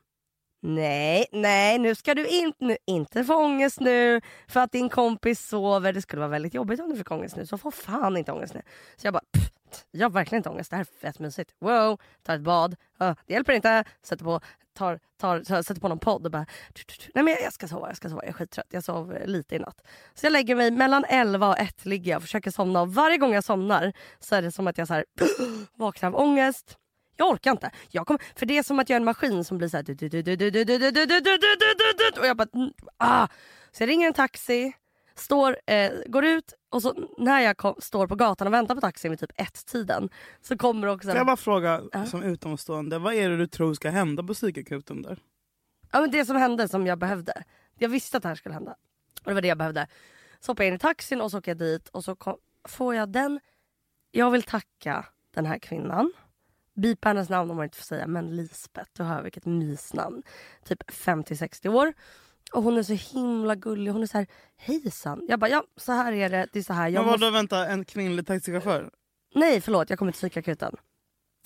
[SPEAKER 1] Nej, nej, nu ska du inte, nu, inte få ångest nu för att din kompis sover. Det skulle vara väldigt jobbigt om du fick ångest nu, så få fan inte ångest nu. Så jag bara, pff, jag har verkligen inte ångest. Det här är fett mysigt. Wow, tar ett bad. Ah, det hjälper inte. Sätter på, tar, tar, tar, sätter på någon podd och bara, tju, tju, tju. nej men jag, jag ska sova, jag ska sova. Jag är skittrött. Jag sov eh, lite i natt. Så jag lägger mig mellan 11 och 1 ligger jag och försöker somna. Och varje gång jag somnar så är det som att jag så här, vaknar av ångest. Jag orkar inte. Jag kommer, för det är som att jag är en maskin som blir så här... du- du- du- du- du- du- du- du- du- du- du- du- du- du- du- Och jag bara... mm, Ah. Så jag ringer en taxi, står, eh, går ut och så när jag kom, står på gatan och väntar på taxin vid typ ett-tiden så kommer också...
[SPEAKER 3] Får jag bara fråga som utomstående, vad är det du tror ska hända på psykakuten där?
[SPEAKER 1] Ja, men det som hände som jag behövde. Jag visste att det här skulle hända. Och det var det jag behövde. Så hoppade jag in i taxin och så åker jag dit och så kom, får jag den. Jag vill tacka den här kvinnan. Bipa hennes namn om man inte får säga men Lisbeth, du hör vilket mysnamn. Typ 50-60 år. Och hon är så himla gullig. Hon är så här hejsan. Jag bara ja så här är det, det är så här. Jag
[SPEAKER 3] Men vadå
[SPEAKER 1] måste...
[SPEAKER 3] vänta, en kvinnlig taxichaufför?
[SPEAKER 1] Nej förlåt jag kommer till psykakuten.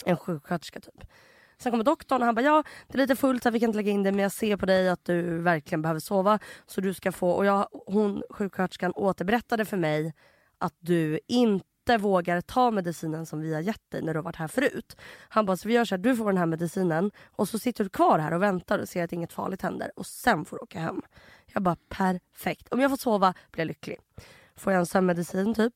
[SPEAKER 1] En sjuksköterska typ. Sen kommer doktorn och han bara ja det är lite fullt så här, vi kan inte lägga in det men jag ser på dig att du verkligen behöver sova. Så du ska få, och jag, hon sjuksköterskan återberättade för mig att du inte vågar ta medicinen som vi har gett dig när du har varit här förut. Han bara så vi gör så här, du får den här medicinen och så sitter du kvar här och väntar och ser att inget farligt händer och sen får du åka hem. Jag bara perfekt. Om jag får sova blir jag lycklig. Får jag en sömnmedicin typ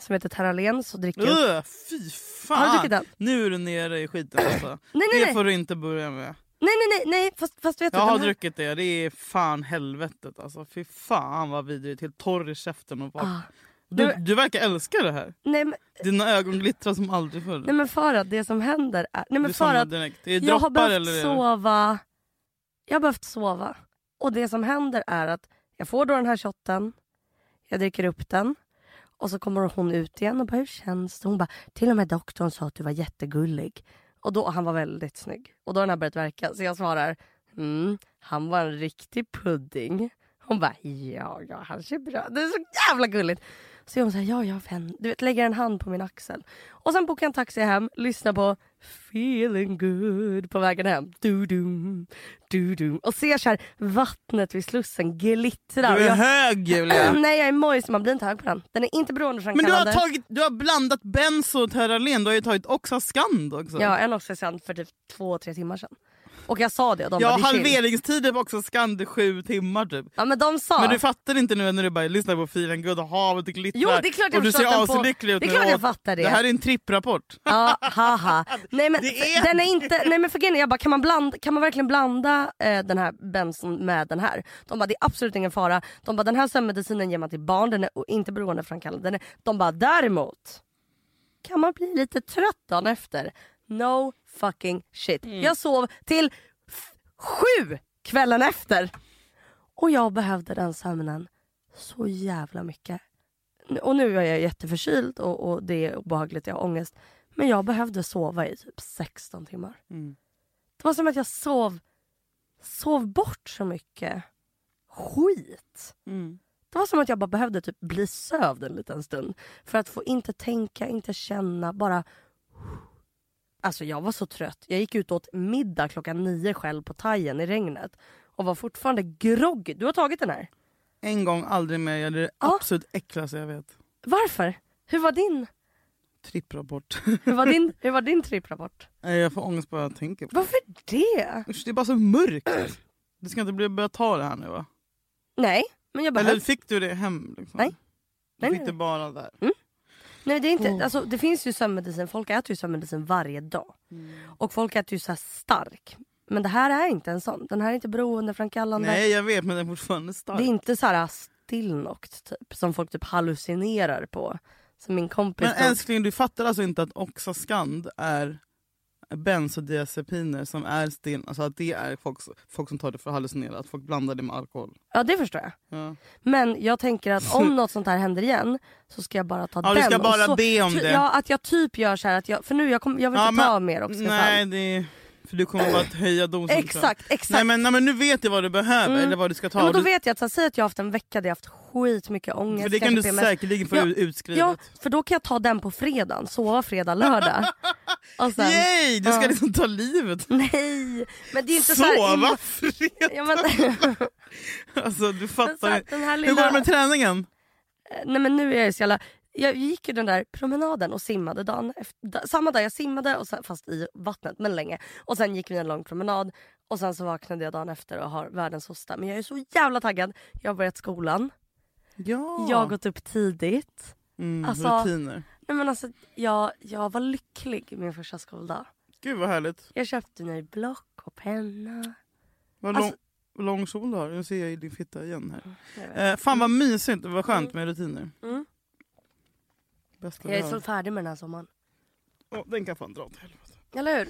[SPEAKER 1] som heter Terralen så dricker jag upp
[SPEAKER 3] Öh, fy
[SPEAKER 1] Har du
[SPEAKER 3] fan!
[SPEAKER 1] druckit den?
[SPEAKER 3] nu är du nere i skiten alltså.
[SPEAKER 1] Nej, nej,
[SPEAKER 3] det
[SPEAKER 1] nej.
[SPEAKER 3] får du inte börja med.
[SPEAKER 1] Nej nej nej, nej fast, fast vet du,
[SPEAKER 3] Jag har
[SPEAKER 1] den här-
[SPEAKER 3] druckit det, det är fan helvetet alltså. Fy fan vad vidrigt, helt torr i käften och
[SPEAKER 1] Ah,
[SPEAKER 3] bara... Du,
[SPEAKER 1] Du-
[SPEAKER 3] du verkar älska det här.
[SPEAKER 1] nej, men,
[SPEAKER 3] Dina ögon glittrar som aldrig förr.
[SPEAKER 1] nej men för att det som händer är... Nej men
[SPEAKER 3] du
[SPEAKER 1] för
[SPEAKER 3] somnar
[SPEAKER 1] att
[SPEAKER 3] direkt. Det är
[SPEAKER 1] jag har
[SPEAKER 3] droppar
[SPEAKER 1] behövt
[SPEAKER 3] eller? Så...
[SPEAKER 1] sova. Jag har behövt sova. Och det som händer är att jag får då den här shotten, jag dricker upp den och så kommer hon ut igen och bara hur känns det? Hon bara till och med doktorn sa att du var jättegullig. Och då, han var väldigt snygg. Och då har den här börjat verka så jag svarar mm, han var en riktig pudding. Hon bara ja, ja han ser bra Det är så jävla gulligt. Så gör hon såhär, ja ja vän. Du vet lägger en hand på min axel. Och sen bokar jag en taxi hem, lyssnar på feeling good på vägen hem. Du-dum, du-dum. Och ser såhär vattnet vid slussen glittra. Och
[SPEAKER 3] Du är
[SPEAKER 1] jag- Mm,
[SPEAKER 3] hög Julia!
[SPEAKER 1] Nej jag är mojs, man blir inte hög på den. Den är inte
[SPEAKER 3] Men du
[SPEAKER 1] beroendeframkallande.
[SPEAKER 3] har, tagit, du har blandat benzo och terralen, du har ju tagit Oxascand också.
[SPEAKER 1] Ja, en Oxycent för typ två, tre timmar sedan. Och jag sa det och de
[SPEAKER 3] Jag
[SPEAKER 1] bara,
[SPEAKER 3] har
[SPEAKER 1] det är chill.
[SPEAKER 3] halveringstiden på Oxascand är sju timmar typ.
[SPEAKER 1] Ja men de sa.
[SPEAKER 3] Men du fattar inte nu när du bara lyssnar på filen Gud och havet glittrar
[SPEAKER 1] Jo, det är klart jag
[SPEAKER 3] och du
[SPEAKER 1] förstår
[SPEAKER 3] ser
[SPEAKER 1] att den på-
[SPEAKER 3] aslycklig ut.
[SPEAKER 1] Det är
[SPEAKER 3] när du
[SPEAKER 1] klart jag
[SPEAKER 3] åt.
[SPEAKER 1] fattar det.
[SPEAKER 3] Det här är en tripprapport.
[SPEAKER 1] Ja, haha. Nej men
[SPEAKER 3] Det är-
[SPEAKER 1] den är inte, nej men för grejen är, jag bara kan man, blanda, kan man verkligen blanda eh, den här bensen med den här? De bara det är absolut ingen fara. De bara den här sömnmedicinen ger man till barn, den är o- inte beroendeframkallande. Den är- De bara däremot kan man bli lite trött dagen efter. No fucking shit.
[SPEAKER 3] Mm.
[SPEAKER 1] Jag sov till f- sju kvällen efter. Och jag behövde den sömnen så jävla mycket. Och nu är jag jätteförkyld och, och det är obehagligt, jag har ångest. Men jag behövde sova i typ 16 timmar. Det var som att jag sov, sov bort så mycket skit. Det var som att jag bara behövde typ bli sövd en liten stund. För att få inte tänka, inte känna, bara Alltså jag var så trött. Jag gick ut och åt middag klockan nio själv på Thaien i regnet och var fortfarande groggy. Du har tagit den här.
[SPEAKER 3] En gång, aldrig mer. Jag är det
[SPEAKER 1] Ja.
[SPEAKER 3] absolut äckligaste jag vet.
[SPEAKER 1] Varför? Hur var din,
[SPEAKER 3] Tripprapport.
[SPEAKER 1] hur var din, hur var din tripprapport?
[SPEAKER 3] Nej, jag får ångest bara jag tänker på det.
[SPEAKER 1] Varför det?
[SPEAKER 3] Usch, det är bara så mörkt. Du ska inte bli- börja ta det här nu va?
[SPEAKER 1] Nej, men jag bara...
[SPEAKER 3] Eller fick du det hem? Liksom?
[SPEAKER 1] Nej.
[SPEAKER 3] Du
[SPEAKER 1] Nej, nej.
[SPEAKER 3] fick
[SPEAKER 1] Mm,
[SPEAKER 3] det bara där?
[SPEAKER 1] Nej, det, är inte, alltså, det finns ju sömnmedicin, folk äter ju sömnmedicin varje dag. Och folk äter ju så här stark. Men det här är inte en sån. Den här är inte beroendeframkallande.
[SPEAKER 3] Nej jag vet men den är fortfarande stark.
[SPEAKER 1] Det är inte så här Stilnoct typ, som folk typ hallucinerar på. Som min kompis...
[SPEAKER 3] Men
[SPEAKER 1] då-
[SPEAKER 3] älskling du fattar alltså inte att Oxascand är bensodiazepiner som är sten, alltså att det är folk, folk som tar det för att hallucinera, att folk blandar det med alkohol.
[SPEAKER 1] Ja det förstår jag.
[SPEAKER 3] Ja.
[SPEAKER 1] Men jag tänker att om något sånt här händer igen så ska jag bara ta
[SPEAKER 3] Ja,
[SPEAKER 1] den.
[SPEAKER 3] du ska
[SPEAKER 1] och
[SPEAKER 3] bara
[SPEAKER 1] så,
[SPEAKER 3] be om
[SPEAKER 1] ty-
[SPEAKER 3] det.
[SPEAKER 1] Ja att jag typ gör så här att jag, för nu jag, kommer- jag vill
[SPEAKER 3] Ja,
[SPEAKER 1] inte ta mer Oxycodone.
[SPEAKER 3] Nej, det är, för du kommer bara att höja dosen. tror jag.
[SPEAKER 1] Exakt, exakt. Mm.
[SPEAKER 3] Nej, men, nej men nu vet du vad du behöver eller vad du ska ta.
[SPEAKER 1] Ja, men då
[SPEAKER 3] Du-
[SPEAKER 1] vet jag att så här, säg att jag har haft en vecka där jag har haft skitmycket ångest.
[SPEAKER 3] För det kan du
[SPEAKER 1] kanske PMS.
[SPEAKER 3] säkerligen få
[SPEAKER 1] Ja,
[SPEAKER 3] ut- utskrivet.
[SPEAKER 1] Ja, för då kan jag ta den på fredagen. Sova fredag, lördag. Och sen,
[SPEAKER 3] Yay! Du ska
[SPEAKER 1] Ja.
[SPEAKER 3] liksom ta livet.
[SPEAKER 1] Nej! Men det är inte så här...
[SPEAKER 3] Sova
[SPEAKER 1] in-
[SPEAKER 3] fredag!
[SPEAKER 1] Ja, men,
[SPEAKER 3] Alltså du
[SPEAKER 1] så
[SPEAKER 3] fattar.
[SPEAKER 1] här, den här
[SPEAKER 3] Hur går
[SPEAKER 1] lilla...
[SPEAKER 3] det med träningen?
[SPEAKER 1] Nej men nu är jag ju så jävla... Jag gick ju den där promenaden och simmade dagen efter, da- samma dag jag simmade, och sen, fast i vattnet men länge. Och sen gick vi en lång promenad och sen så vaknade jag dagen efter och har världens hosta. Men jag är så jävla taggad. Jag har börjat skolan,
[SPEAKER 3] Ja,
[SPEAKER 1] jag har gått upp tidigt.
[SPEAKER 3] mm,
[SPEAKER 1] alltså-
[SPEAKER 3] rutiner.
[SPEAKER 1] Nej men alltså jag, jag var lycklig min första skoldag.
[SPEAKER 3] Gud vad härligt.
[SPEAKER 1] Jag köpte ny block och penna.
[SPEAKER 3] Vad
[SPEAKER 1] Alltså-
[SPEAKER 3] lång, vad lång sol du har. Nu ser jag i din fitta igen här.
[SPEAKER 1] Jag vet.
[SPEAKER 3] Eh, fan vad mysigt och vad skönt med rutiner.
[SPEAKER 1] Mm.
[SPEAKER 3] Bästa
[SPEAKER 1] Jag är
[SPEAKER 3] jag
[SPEAKER 1] så färdig med den här sommaren.
[SPEAKER 3] Åh, den kan fan dra åt helvete.
[SPEAKER 1] Eller hur?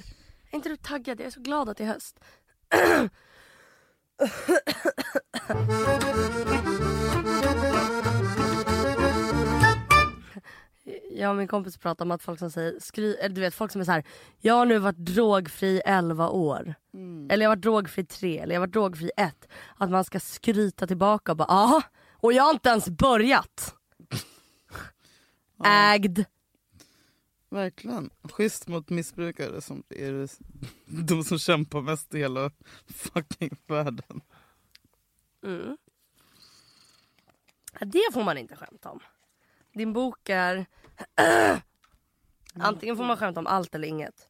[SPEAKER 1] Är inte du taggad? Jag är så glad att det är höst. Jag och min kompis pratar om att folk som säger, skry, eller du vet folk som är så här, jag har nu varit drogfri 11 år. Eller jag har varit drogfri 3, eller jag har varit drogfri 1. Att man ska skryta tillbaka och bara, ja, och jag har inte ens börjat. Ägd.
[SPEAKER 3] Verkligen. Schysst mot missbrukare som är det- de som kämpar mest i hela fucking världen.
[SPEAKER 1] Det får man inte skämta om. Din bok är... Antingen får man skämta om allt eller inget.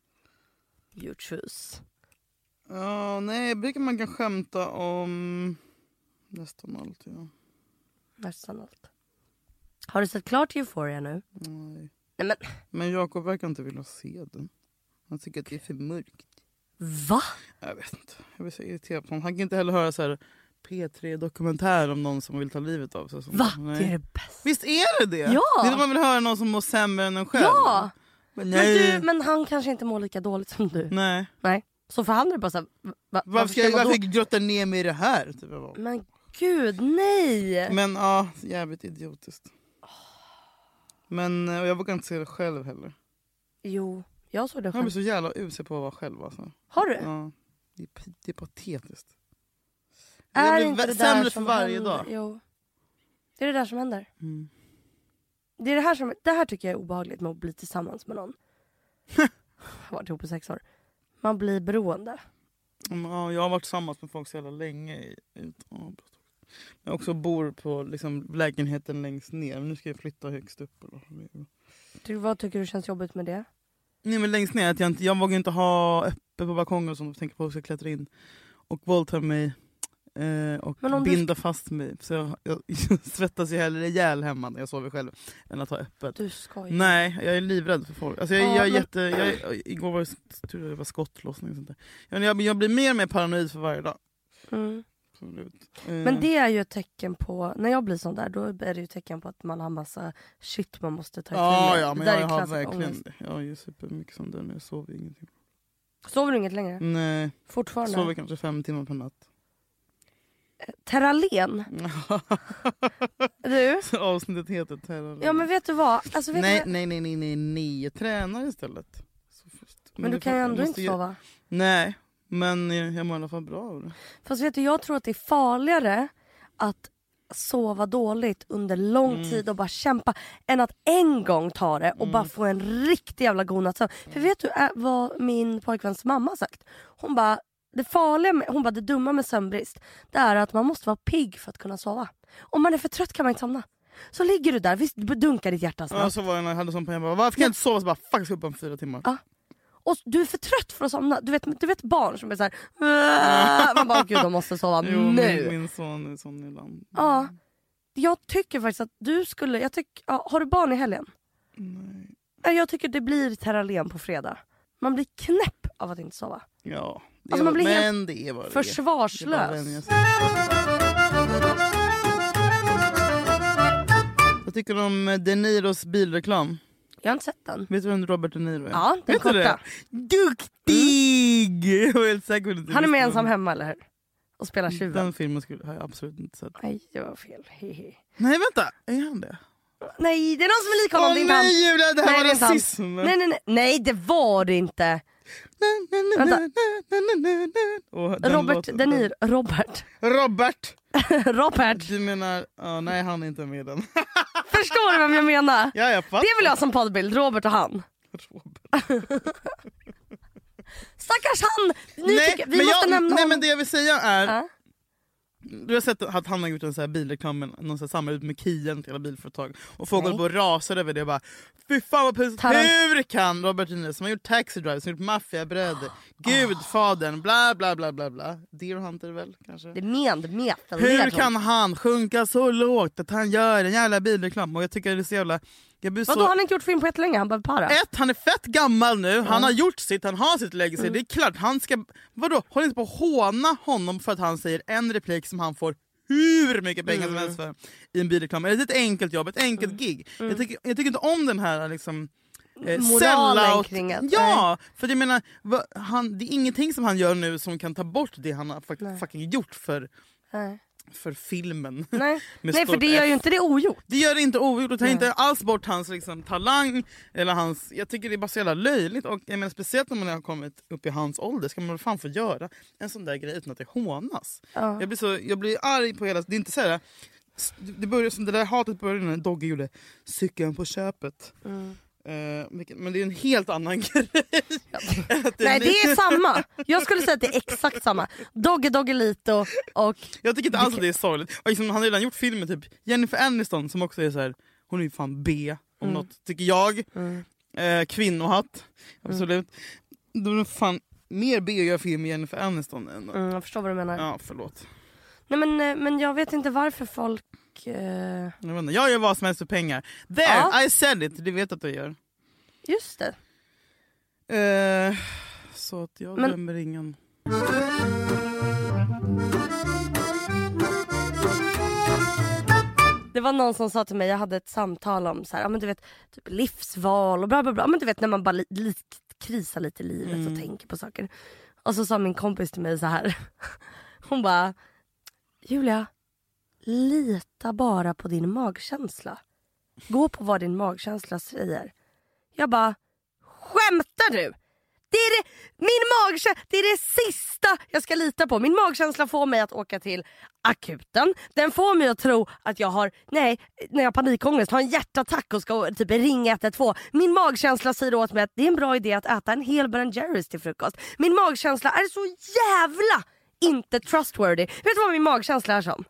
[SPEAKER 1] You choose.
[SPEAKER 3] Ja, nej, jag brukar man kan skämta om nästan allt. Ja.
[SPEAKER 1] Nästan allt. Har du sett klart Euphoria nu?
[SPEAKER 3] Nej.
[SPEAKER 1] Nej men
[SPEAKER 3] Men Jakob verkar inte vilja se den. Han tycker att det är för mörkt.
[SPEAKER 1] va?
[SPEAKER 3] Jag vet inte. Jag blir så irriterad på honom. Han kan inte heller höra så här P3 dokumentär om någon som vill ta livet av sig. och sånt.
[SPEAKER 1] Va?
[SPEAKER 3] Nej.
[SPEAKER 1] Det är det bästa.
[SPEAKER 3] Visst är det det?
[SPEAKER 1] Ja!
[SPEAKER 3] Det är då man vill höra någon som mår sämre än en själv.
[SPEAKER 1] Ja!
[SPEAKER 3] Men
[SPEAKER 1] Men,
[SPEAKER 3] nej.
[SPEAKER 1] du, men han kanske inte mår lika dåligt som du.
[SPEAKER 3] nej.
[SPEAKER 1] Nej. Så för han är det bara såhär... Va, varför
[SPEAKER 3] Varför ska jag,
[SPEAKER 1] man då-
[SPEAKER 3] varför grotta ner mig i det här? Typ. av-
[SPEAKER 1] Men gud, nej!
[SPEAKER 3] Men ja, jävligt idiotiskt. Men eh, och jag vågar inte se det själv heller.
[SPEAKER 1] Jo, jag såg den
[SPEAKER 3] Jag blir
[SPEAKER 1] själv.
[SPEAKER 3] så jävla usel på att vara själv alltså.
[SPEAKER 1] Har du?
[SPEAKER 3] Ja, det, är, p- det är patetiskt.
[SPEAKER 1] Är
[SPEAKER 3] blir
[SPEAKER 1] inte
[SPEAKER 3] vä-
[SPEAKER 1] det
[SPEAKER 3] sämre
[SPEAKER 1] där
[SPEAKER 3] för
[SPEAKER 1] som
[SPEAKER 3] varje
[SPEAKER 1] händer?
[SPEAKER 3] dag. Mm.
[SPEAKER 1] Jo. Det är det där som händer. Det, är det, här som, det här tycker jag är obehagligt med att bli tillsammans med någon. jag har varit ihop i sex år. Man blir beroende.
[SPEAKER 3] Mm, Ja, jag har varit tillsammans med folk så jävla länge i- utan avbrott. Jag också bor på liksom, lägenheten längst ner. Men nu ska jag flytta högst upp. Eller? vad det är.
[SPEAKER 1] Du, vad tycker du känns jobbigt med det?
[SPEAKER 3] Nej men längst ner, att jag, inte, jag vågar inte ha öppet på balkongen och sånt. Jag tänker på att jag ska klättra in och våldta mig eh, och
[SPEAKER 1] Men om du-
[SPEAKER 3] binda fast mig. Så jag, jag, svettas ju hellre ihjäl hemma när jag sover själv än att ha öppet.
[SPEAKER 1] Du skojar.
[SPEAKER 3] Nej, jag är livrädd för folk. Alltså jag,
[SPEAKER 1] Ja,
[SPEAKER 3] jag är
[SPEAKER 1] men-
[SPEAKER 3] jätte, jag, är- igår var det, tur att det var skottlossning och sånt där. Jag, jag, jag blir mer och mer paranoid för varje dag.
[SPEAKER 1] Mm.
[SPEAKER 3] Absolut. Eh,
[SPEAKER 1] Men det är ju ett tecken på, när jag blir sån där, då är det ju ett tecken på att man har massa shit man måste ta itu
[SPEAKER 3] Ja,
[SPEAKER 1] med.
[SPEAKER 3] ja,
[SPEAKER 1] Det
[SPEAKER 3] men
[SPEAKER 1] där
[SPEAKER 3] jag,
[SPEAKER 1] är
[SPEAKER 3] har
[SPEAKER 1] klassisk
[SPEAKER 3] verkligen
[SPEAKER 1] ångest.
[SPEAKER 3] det. Jag har ju supermycket sånt där nu. Jag sover ju ingenting.
[SPEAKER 1] Sover du inget längre?
[SPEAKER 3] Nej,
[SPEAKER 1] Fortfarande?
[SPEAKER 3] Mm. sover kanske fem timmar per natt.
[SPEAKER 1] Terralen? Du?
[SPEAKER 3] Avsnittet heter Terror.
[SPEAKER 1] Ja men vet du vad? Alltså, vet
[SPEAKER 3] Nej,
[SPEAKER 1] du, vad?
[SPEAKER 3] nej, nej, nej, nej, nej. Jag tränar istället. Så först-
[SPEAKER 1] men du
[SPEAKER 3] det
[SPEAKER 1] kan ju
[SPEAKER 3] får-
[SPEAKER 1] ändå
[SPEAKER 3] måste
[SPEAKER 1] inte
[SPEAKER 3] ju-
[SPEAKER 1] sova.
[SPEAKER 3] Nej, men jag, jag mår i alla fall bra av det.
[SPEAKER 1] Fast vet du, jag tror att det är farligare att sova dåligt under lång tid och bara kämpa än att en gång ta det och bara få en riktig jävla godnattssömn. För vet du ä, vad min pojkväns mamma har sagt? Hon bara, det farliga med, hon bara, det dumma med sömnbrist det är att man måste vara pigg för att kunna sova. Om man är för trött kan man inte somna. Så ligger du där, visst dunkar ditt hjärta snabbt.
[SPEAKER 3] Ja, så var Alltså, jag när jag hade sån panik. Jag bara, Varför kan jag inte sova? Så bara, fuck, jag ska upp om fyra timmar.
[SPEAKER 1] Och du är för trött för att somna. Du vet, du vet barn som är såhär... Man bara, gud de måste sova
[SPEAKER 3] Jo, min,
[SPEAKER 1] nu.
[SPEAKER 3] min son är sån ibland.
[SPEAKER 1] Ja, jag tycker faktiskt att du skulle... Jag tyck, ja, har du barn i helgen? Nej. Jag tycker det blir Terralen på fredag. Man blir knäpp av att inte sova.
[SPEAKER 3] Ja. Det
[SPEAKER 1] Alltså, man
[SPEAKER 3] var,
[SPEAKER 1] blir helt
[SPEAKER 3] men det är vad det är. Det är bara att vänja
[SPEAKER 1] Försvarslös.
[SPEAKER 3] sig. Vad tycker du om eh, De Niros bilreklam?
[SPEAKER 1] Jag har inte sett den.
[SPEAKER 3] Vet du vem Robert De Niro är?
[SPEAKER 1] Ja, den
[SPEAKER 3] Vet du
[SPEAKER 1] korta.
[SPEAKER 3] det? Duktig! Jag var helt säker på att du
[SPEAKER 1] Han är med
[SPEAKER 3] visste
[SPEAKER 1] ensam
[SPEAKER 3] vem.
[SPEAKER 1] hemma eller hur? Och spelar tjuven.
[SPEAKER 3] Den filmen skulle, har jag absolut inte sett.
[SPEAKER 1] Nej, det var fel. Hehe.
[SPEAKER 3] Nej vänta, är han det?
[SPEAKER 1] Nej, det är någon som är lik honom.
[SPEAKER 3] Åh
[SPEAKER 1] det är inte han.
[SPEAKER 3] nej Julia, det här
[SPEAKER 1] Nej, det är
[SPEAKER 3] var
[SPEAKER 1] inte han.
[SPEAKER 3] rasism!
[SPEAKER 1] Nej, nej, nej. Nej, det var det inte. Vänta. Robert De Niro. Robert.
[SPEAKER 3] Robert!
[SPEAKER 1] Robert.
[SPEAKER 3] Du menar, ja, nej han är inte med i den.
[SPEAKER 1] Förstår du vem jag menar?
[SPEAKER 3] ja, jag fattar.
[SPEAKER 1] Det vill jag ha som poddbild, Robert och han.
[SPEAKER 3] Robert.
[SPEAKER 1] Stackars han! Ni
[SPEAKER 3] Nej,
[SPEAKER 1] tycker, vi
[SPEAKER 3] men
[SPEAKER 1] måste
[SPEAKER 3] jag,
[SPEAKER 1] nämna
[SPEAKER 3] nej
[SPEAKER 1] honom.
[SPEAKER 3] men det jag vill säga är,
[SPEAKER 1] Ja.
[SPEAKER 3] du har sett att han har gjort en så här bilreklam med någon så här samarbete med Kia, något jävla bilföretag. Och folk håller på och rasar över det och bara, fy fan vad pinsamt.
[SPEAKER 1] Taran-
[SPEAKER 3] Hur kan Robert De Niro som har gjort Taxi Driver, som har gjort Maffiabröder, Gudfadern, bla bla bla bla bla. Deer Hunter väl kanske?
[SPEAKER 1] Det är men, det är met, det är
[SPEAKER 3] Hur
[SPEAKER 1] med.
[SPEAKER 3] kan han sjunka så lågt att han gör en jävla bilreklam? Och jag tycker det är så jävla... Jag blir
[SPEAKER 1] Vadå,
[SPEAKER 3] så...
[SPEAKER 1] han har inte gjort film på jättelänge, han behöver para.
[SPEAKER 3] Ett, han är fett gammal nu, han har gjort sitt, han har sitt legacy.
[SPEAKER 1] Mm.
[SPEAKER 3] Det är klart, han ska... Vadå, håll inte på att håna honom för att han säger en replik som han får hur mycket pengar
[SPEAKER 1] Mm.
[SPEAKER 3] som helst för i en bilreklam. Det är ett enkelt jobb, ett enkelt gig.
[SPEAKER 1] Mm.
[SPEAKER 3] Jag, tycker, jag tycker inte om den här liksom... Eh,
[SPEAKER 1] Moralen
[SPEAKER 3] sellout.
[SPEAKER 1] kring att-
[SPEAKER 3] Ja, för jag menar, va, han, det är ingenting som han gör nu som kan ta bort det han har fuck, fucking gjort för,
[SPEAKER 1] Nej.
[SPEAKER 3] för filmen.
[SPEAKER 1] Nej.
[SPEAKER 3] Med
[SPEAKER 1] Nej, för
[SPEAKER 3] stort
[SPEAKER 1] det gör
[SPEAKER 3] F.
[SPEAKER 1] ju inte det ogjort.
[SPEAKER 3] Det gör det inte ogjort och tar inte alls bort hans liksom, talang. Eller hans, jag tycker det är bara så jävla löjligt. Och, jag menar, speciellt när man har kommit upp i hans ålder ska man väl fan få göra en sån där grej utan att det hånas. Jag, blir så, jag blir arg på hela... Det är inte så här, det, börjar, som det där hatet började när Dogge gjorde cykeln på köpet.
[SPEAKER 1] Mm.
[SPEAKER 3] Eh, vilket- men det är ju en helt annan grej. Att
[SPEAKER 1] Nej, det
[SPEAKER 3] lite-
[SPEAKER 1] är samma. Jag skulle säga att det är exakt samma. Dogge Doggelito och...
[SPEAKER 3] Jag tycker inte alls att det är sorgligt. Och liksom, han har redan gjort filmer, typ Jennifer Aniston som också är så här, hon är ju fan B om
[SPEAKER 1] Mm.
[SPEAKER 3] något tycker jag. Eh, kvinnohatt,
[SPEAKER 1] Mm.
[SPEAKER 3] absolut. Då är det fan mer B att göra film med Jennifer Aniston än
[SPEAKER 1] Mm, jag förstår vad du menar.
[SPEAKER 3] Ja förlåt.
[SPEAKER 1] Nej, men, eh, men jag vet inte varför folk... eh,
[SPEAKER 3] Jag, vet inte, jag gör vad som helst för pengar. There!
[SPEAKER 1] Ja.
[SPEAKER 3] I said it! Du vet att jag gör.
[SPEAKER 1] Just det.
[SPEAKER 3] Eh, så att jag
[SPEAKER 1] Men-
[SPEAKER 3] dömer ingen.
[SPEAKER 1] Det var någon som sa till mig, jag hade ett samtal om så här, ja, men du vet, typ livsval och bla bla bla. Men du vet när man bara li, li, krisar lite i livet och tänker på saker. Och så sa min kompis till mig så här. Hon bara, Julia, lita bara på din magkänsla. Gå på vad din magkänsla säger. Jag bara, skämtar du? Det är det, min magkänsla, det är det sista jag ska lita på. Min magkänsla får mig att åka till akuten. Den får mig att tro att jag har, nej, när jag har panikångest, har en hjärtattack och ska typ ringa 112. Min magkänsla säger åt mig att det är en bra idé att äta en hel Ben Jerrys till frukost. Min magkänsla är så jävla inte trustworthy. Vet du vad min magkänsla är som?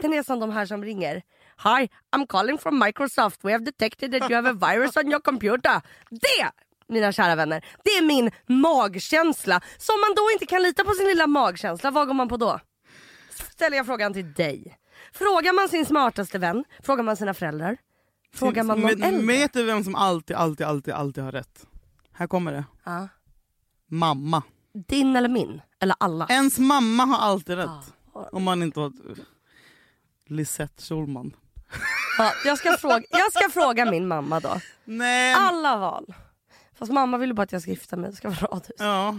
[SPEAKER 1] Den är som de här som ringer. Hi, I'm calling from Microsoft. We have detected that you have a virus on your computer. Det, mina kära vänner, det är min magkänsla. Så om man då inte kan lita på sin lilla magkänsla, vad går man på då? Ställer jag frågan till dig. Frågar man sin smartaste vän? Frågar man sina föräldrar? Frågar man någon
[SPEAKER 3] men,
[SPEAKER 1] äldre?
[SPEAKER 3] vet du vem som alltid, alltid, alltid, alltid har rätt? Här kommer det.
[SPEAKER 1] Ja.
[SPEAKER 3] Mamma.
[SPEAKER 1] Din eller min? Eller alla?
[SPEAKER 3] Ens mamma har alltid
[SPEAKER 1] Ah,
[SPEAKER 3] rätt. Om man inte har... Lisette Schulman.
[SPEAKER 1] Ja, jag, ska fråga, jag ska fråga min mamma då.
[SPEAKER 3] Nej.
[SPEAKER 1] Alla val. Fast mamma vill ju bara att jag ska gifta mig, det ska vara radhus.
[SPEAKER 3] Ja,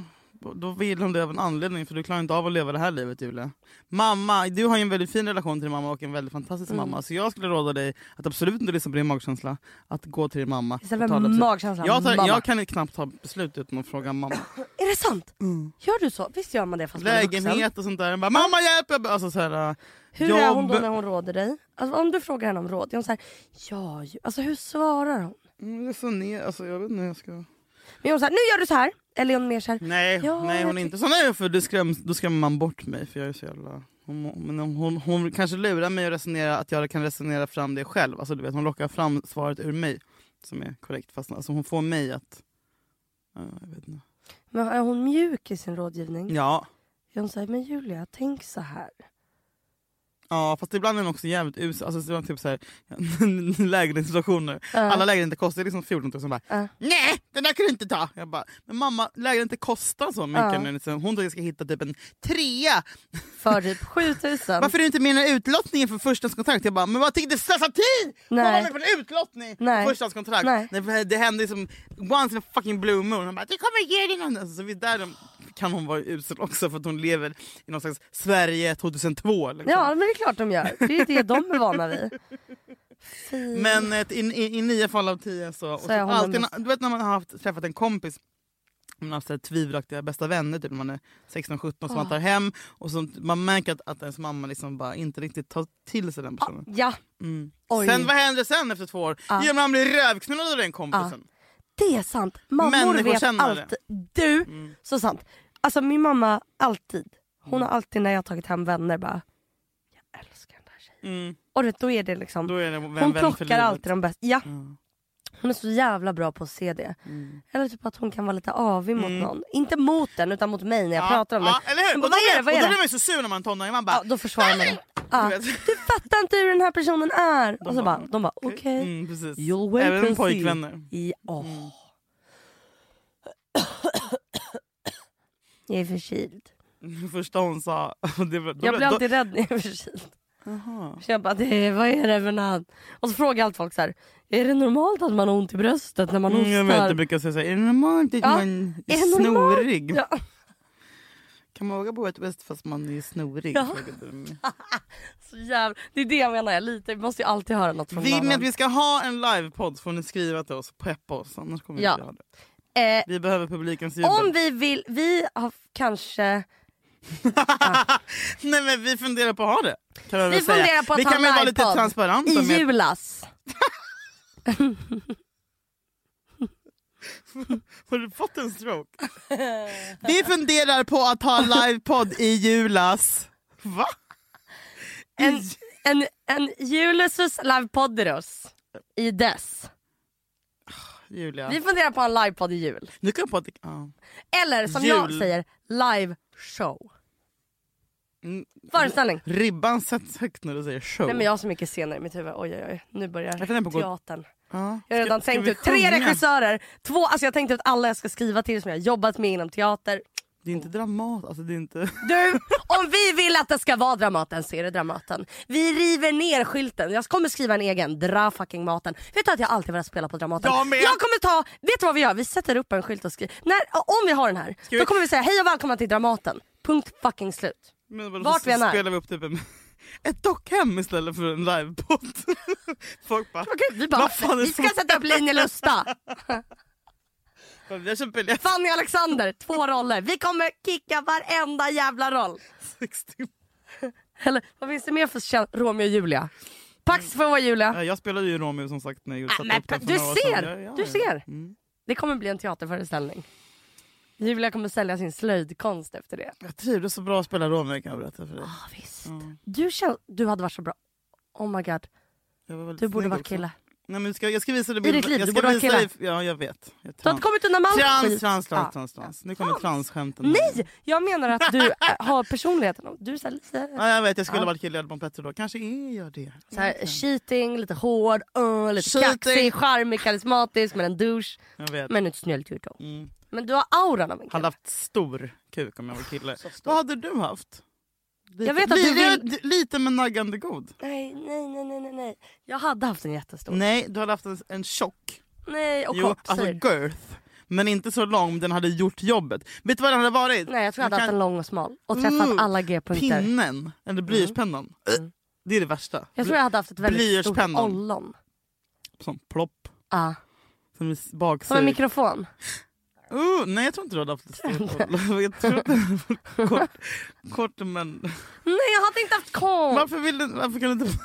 [SPEAKER 3] då vill hon det av en anledning för du klarar inte av att leva det här livet Julia. Mamma, du har ju en väldigt fin relation till din mamma och en väldigt fantastisk
[SPEAKER 1] Mm.
[SPEAKER 3] mamma. Så jag skulle råda dig att absolut inte lyssna på din magkänsla. Att gå till din mamma.
[SPEAKER 1] Istället för
[SPEAKER 3] och ta det beslut.
[SPEAKER 1] magkänslan,
[SPEAKER 3] jag, tar,
[SPEAKER 1] mamma.
[SPEAKER 3] jag kan knappt ta beslut utan att fråga mamma.
[SPEAKER 1] Är det det sant? Gör du så? Visst gör man det fast man är vuxen?
[SPEAKER 3] Mm. Lägenhet och sånt där. Hon bara, mamma hjälp! Jag bara, Alltså, så här, äh,
[SPEAKER 1] Hur
[SPEAKER 3] jobb.
[SPEAKER 1] är hon då när hon råder dig? Alltså, om du frågar henne om råd, är hon så här, ja, ju- alltså hur svarar hon?
[SPEAKER 3] Mm, det är så ner, alltså, jag vet inte hur jag ska...
[SPEAKER 1] Men är hon så här, nu gör du så här? Eller är hon mer så här,
[SPEAKER 3] Nej,
[SPEAKER 1] Ja,
[SPEAKER 3] nej
[SPEAKER 1] jag
[SPEAKER 3] hon är inte sån. Nej, för det skräms, då skrämmer man bort mig. För jag är så jävla... Hon, men hon, hon, hon kanske lurar mig att resonera att jag kan resonera fram det själv. Alltså, du vet, hon lockar fram svaret ur mig som är korrekt. Fast alltså, hon får mig att... Ja, jag vet inte.
[SPEAKER 1] men är hon mjuk i sin rådgivning?
[SPEAKER 3] Ja.
[SPEAKER 1] Är hon så här, men Julia, tänk så här.
[SPEAKER 3] Ja fast ibland är den också jävligt usel. Alltså, det var typ så här, lägenhetssituationer. Alla lägenheter kostar liksom 14 000. Bara,
[SPEAKER 1] Ja.
[SPEAKER 3] Nej den där kan du inte ta! Jag bara, men mamma lägenheter kostar så mycket nu. Så Hon tror att jag ska hitta typ en trea.
[SPEAKER 1] För typ 7000.
[SPEAKER 3] Varför är du inte med i den här utlottningen för förstahandskontrakt? Jag bara, men vad tänkte slösa tid! Nej. Hon var
[SPEAKER 1] Nej.
[SPEAKER 3] med på en utlottning
[SPEAKER 1] Nej.
[SPEAKER 3] för förstahandskontrakt.
[SPEAKER 1] Nej.
[SPEAKER 3] Det, det hände liksom once in a fucking blue moon. Hon bara, du kommer ge dig någon. Alltså, så visst där kan hon vara usel också för att hon lever i någon slags Sverige 2002. Liksom.
[SPEAKER 1] Ja, men det är klart de gör. Det är ju det de är vana vid. Fy.
[SPEAKER 3] Men ett, i, i, i nio fall av tio så... Och så
[SPEAKER 1] är hon
[SPEAKER 3] alltid,
[SPEAKER 1] den
[SPEAKER 3] när- du vet när man har haft, träffat en kompis man har haft så här tvivelaktiga bästa vänner typ när man är 16-17 som man tar hem och så, man märker att, att ens mamma liksom bara inte riktigt tar till
[SPEAKER 1] Ah.
[SPEAKER 3] sig den personen.
[SPEAKER 1] Ja. Oj,
[SPEAKER 3] Mm. Sen vad händer sen efter två år? Jo men han blir rövknullad av den kompisen.
[SPEAKER 1] det är sant. Mammor
[SPEAKER 3] Människor
[SPEAKER 1] vet
[SPEAKER 3] känner det. Mm.
[SPEAKER 1] alltid. Du, så sant. Alltså min mamma, alltid. Hon har alltid när jag har tagit hem vänner bara, jag älskar den där tjejen.
[SPEAKER 3] Mm.
[SPEAKER 1] Och du vet, då är det liksom,
[SPEAKER 3] Då är det vän,
[SPEAKER 1] hon
[SPEAKER 3] vän för
[SPEAKER 1] plockar
[SPEAKER 3] livet.
[SPEAKER 1] alltid de bästa. Ja.
[SPEAKER 3] Mm.
[SPEAKER 1] Hon är så jävla bra på att se det.
[SPEAKER 3] Mm.
[SPEAKER 1] Eller typ att hon kan vara lite avig mot
[SPEAKER 3] Mm.
[SPEAKER 1] någon. Inte mot den utan mot mig när jag
[SPEAKER 3] Ja,
[SPEAKER 1] pratar om
[SPEAKER 3] ja,
[SPEAKER 1] det.
[SPEAKER 3] Eller hur?
[SPEAKER 1] Men
[SPEAKER 3] Och då
[SPEAKER 1] vad är det? Vad
[SPEAKER 3] blir- och då
[SPEAKER 1] är
[SPEAKER 3] blir
[SPEAKER 1] det?
[SPEAKER 3] man ju så sur när man är tonåring. Man bara...
[SPEAKER 1] Ja, då försvarar man det. Ja.
[SPEAKER 3] du vet.
[SPEAKER 1] Du fattar inte hur den här personen är. Och så bara, de bara okej.
[SPEAKER 3] Mm, precis.
[SPEAKER 1] You'll wait and
[SPEAKER 3] Även
[SPEAKER 1] see.
[SPEAKER 3] pojkvänner. Mm.
[SPEAKER 1] I, åh. Jag är förkyld.
[SPEAKER 3] Första hon sa... och Det, var- då,
[SPEAKER 1] Jag
[SPEAKER 3] blev-
[SPEAKER 1] blir
[SPEAKER 3] då,
[SPEAKER 1] alltid rädd när jag är förkyld. Så jag bara, det, vad är det för namn? Och så frågar allt folk så här, är det normalt att man har ont i bröstet när man
[SPEAKER 3] Mm,
[SPEAKER 1] hostar?
[SPEAKER 3] jag vet, jag brukar säga såhär, är det normalt att
[SPEAKER 1] Ja,
[SPEAKER 3] man är,
[SPEAKER 1] är det normalt?
[SPEAKER 3] snorig?
[SPEAKER 1] Ja.
[SPEAKER 3] Kan man våga bo i ett väst fast man är snorig?
[SPEAKER 1] Ja.
[SPEAKER 3] frågade de.
[SPEAKER 1] Så jävla, alltså, det är det jag menar, jag litar. Vi måste ju alltid höra något från
[SPEAKER 3] Vill
[SPEAKER 1] någon
[SPEAKER 3] ni att
[SPEAKER 1] annan.
[SPEAKER 3] vi ska ha en livepodd så får ni skriva till oss och peppa oss. Annars kommer vi
[SPEAKER 1] Ja.
[SPEAKER 3] inte göra det.
[SPEAKER 1] Eh,
[SPEAKER 3] Vi behöver publikens jubel.
[SPEAKER 1] om vi vill, vi har kanske...
[SPEAKER 3] Nej men vi funderar på att ha det. Kan jag
[SPEAKER 1] Vi
[SPEAKER 3] väl säga.
[SPEAKER 1] funderar på att
[SPEAKER 3] vi
[SPEAKER 1] ha
[SPEAKER 3] kan
[SPEAKER 1] en
[SPEAKER 3] väl vara lite
[SPEAKER 1] livepodd
[SPEAKER 3] transparenta
[SPEAKER 1] I
[SPEAKER 3] med
[SPEAKER 1] julas.
[SPEAKER 3] Har du fått en stroke? vi funderar på att ha en livepodd i julas. Va?
[SPEAKER 1] En, en, en Julesus livepodderos. I dess.
[SPEAKER 3] Julia.
[SPEAKER 1] Vi funderar på en livepodd i jul.
[SPEAKER 3] Nu kan jag på att... Ja.
[SPEAKER 1] Eller som jag
[SPEAKER 3] Jul.
[SPEAKER 1] säger, live show.
[SPEAKER 3] Mm.
[SPEAKER 1] Föreställning.
[SPEAKER 3] Ribban sätts högt när du säger show.
[SPEAKER 1] Nej men jag har så mycket scener i mitt huvud. Oj oj oj. Nu börjar
[SPEAKER 3] Jag funderar på att gå-
[SPEAKER 1] teatern.
[SPEAKER 3] ja.
[SPEAKER 1] Jag har redan
[SPEAKER 3] Ska- ska
[SPEAKER 1] tänkt
[SPEAKER 3] vi
[SPEAKER 1] ut tre
[SPEAKER 3] sjunga?
[SPEAKER 1] regissörer, två, alltså jag har tänkt ut alla jag ska skriva till som jag har jobbat med inom teater.
[SPEAKER 3] Det är inte dramat, alltså det är inte...
[SPEAKER 1] Du, om vi vill att det ska vara Dramaten så är det Dramaten. Vi river ner skylten. Jag kommer skriva en egen. Dra fucking maten. Vet du att jag alltid velat spela på Dramaten?
[SPEAKER 3] Jag med.
[SPEAKER 1] kommer ta, vet du vad vi gör? Vi sätter upp en skylt och skriver. När, om vi har den här,
[SPEAKER 3] vi-
[SPEAKER 1] då kommer vi säga hej och välkomna till Dramaten. Punkt fucking slut.
[SPEAKER 3] Men vadå,
[SPEAKER 1] Vart
[SPEAKER 3] så
[SPEAKER 1] vi än är.
[SPEAKER 3] spelar vi upp typ en, ett dockhem istället för en livepodd. Folk bara,
[SPEAKER 1] Okej, vi bara,
[SPEAKER 3] Vad fan är det
[SPEAKER 1] vi ska
[SPEAKER 3] som-
[SPEAKER 1] sätta upp Linjelusta.
[SPEAKER 3] vi har köpt biljett
[SPEAKER 1] Fanny Alexander, två roller. Vi kommer kicka varenda jävla roll.
[SPEAKER 3] 60
[SPEAKER 1] Eller vad finns det mer för kän- Romeo och Julia? Pax får vara Julia.
[SPEAKER 3] Ja, Jag spelade ju Romeo som sagt när jag gjorde
[SPEAKER 1] Ah,
[SPEAKER 3] satte
[SPEAKER 1] men
[SPEAKER 3] upp den för
[SPEAKER 1] du
[SPEAKER 3] några år sedan.
[SPEAKER 1] ser!
[SPEAKER 3] Ja, ja,
[SPEAKER 1] Du
[SPEAKER 3] ja.
[SPEAKER 1] ser!
[SPEAKER 3] Mm.
[SPEAKER 1] Det kommer bli en teaterföreställning. Julia kommer sälja sin slöjdkonst efter det.
[SPEAKER 3] Jag trivdes så bra att spela Romeo kan jag berätta för dig.
[SPEAKER 1] Ja, visst. Du, känn- du hade varit så bra. Oh my god,
[SPEAKER 3] Jag var väldigt
[SPEAKER 1] du borde
[SPEAKER 3] snygg
[SPEAKER 1] varit
[SPEAKER 3] också.
[SPEAKER 1] kille.
[SPEAKER 3] Nej, men du ska, jag ska visa dig
[SPEAKER 1] I ditt liv,
[SPEAKER 3] jag
[SPEAKER 1] du
[SPEAKER 3] ska
[SPEAKER 1] borde vara
[SPEAKER 3] visa
[SPEAKER 1] kille.
[SPEAKER 3] dig- Ja jag vet. Jag är
[SPEAKER 1] Du har inte kommit undan med allt
[SPEAKER 3] trans,
[SPEAKER 1] skit.
[SPEAKER 3] trans,
[SPEAKER 1] Ja.
[SPEAKER 3] trans, trans, trans. Nu kommer transskämten.
[SPEAKER 1] Nej! Jag menar att du äh, har personligheten. Du är så här, lite,
[SPEAKER 3] Ja, jag vet, jag skulle
[SPEAKER 1] Ja.
[SPEAKER 3] varit kille i Edmond Pettersson då. Kanske är jag det.
[SPEAKER 1] så här, cheating, lite hård, uh, lite
[SPEAKER 3] Mm. Cheating.
[SPEAKER 1] kaxig, charmig, karismatisk men en douche.
[SPEAKER 3] Jag vet.
[SPEAKER 1] Men ett snällt gjort då.
[SPEAKER 3] Mm.
[SPEAKER 1] Men du har auran av en
[SPEAKER 3] Hade
[SPEAKER 1] kille.
[SPEAKER 3] haft stor kuk om jag var kille.
[SPEAKER 1] stor.
[SPEAKER 3] Vad hade du haft? Lite,
[SPEAKER 1] Jag vet att du
[SPEAKER 3] lite,
[SPEAKER 1] vill-
[SPEAKER 3] d- lite men naggande god.
[SPEAKER 1] Nej, nej, nej, nej, nej, nej. Jag hade haft en jättestor. Nej,
[SPEAKER 3] Nej, du hade haft en, en tjock.
[SPEAKER 1] och
[SPEAKER 3] Jo,
[SPEAKER 1] kort
[SPEAKER 3] alltså
[SPEAKER 1] säger du.
[SPEAKER 3] girth. Men inte så lång, men den hade gjort jobbet. Vet du vad den hade varit?
[SPEAKER 1] Nej, jag tror jag hade haft
[SPEAKER 3] Man
[SPEAKER 1] en
[SPEAKER 3] kan-
[SPEAKER 1] lång och smal och träffat
[SPEAKER 3] Mm.
[SPEAKER 1] alla G-punkter.
[SPEAKER 3] Pinnen, eller blyertspennan. Äh, Det är det värsta.
[SPEAKER 1] Mm. Jag tror jag hade haft ett väldigt stort
[SPEAKER 3] Blyertspennan.
[SPEAKER 1] ollon.
[SPEAKER 3] Som plopp.
[SPEAKER 1] Ah.
[SPEAKER 3] Som i
[SPEAKER 1] Som en
[SPEAKER 3] baksidan.
[SPEAKER 1] mikrofon.
[SPEAKER 3] Uh, nej, jag tror inte du hade haft ett stort hål. Jag tror att det hade varit kort, kort men...
[SPEAKER 1] Nej jag hade inte haft kon.
[SPEAKER 3] Varför, vill du, varför kan du inte...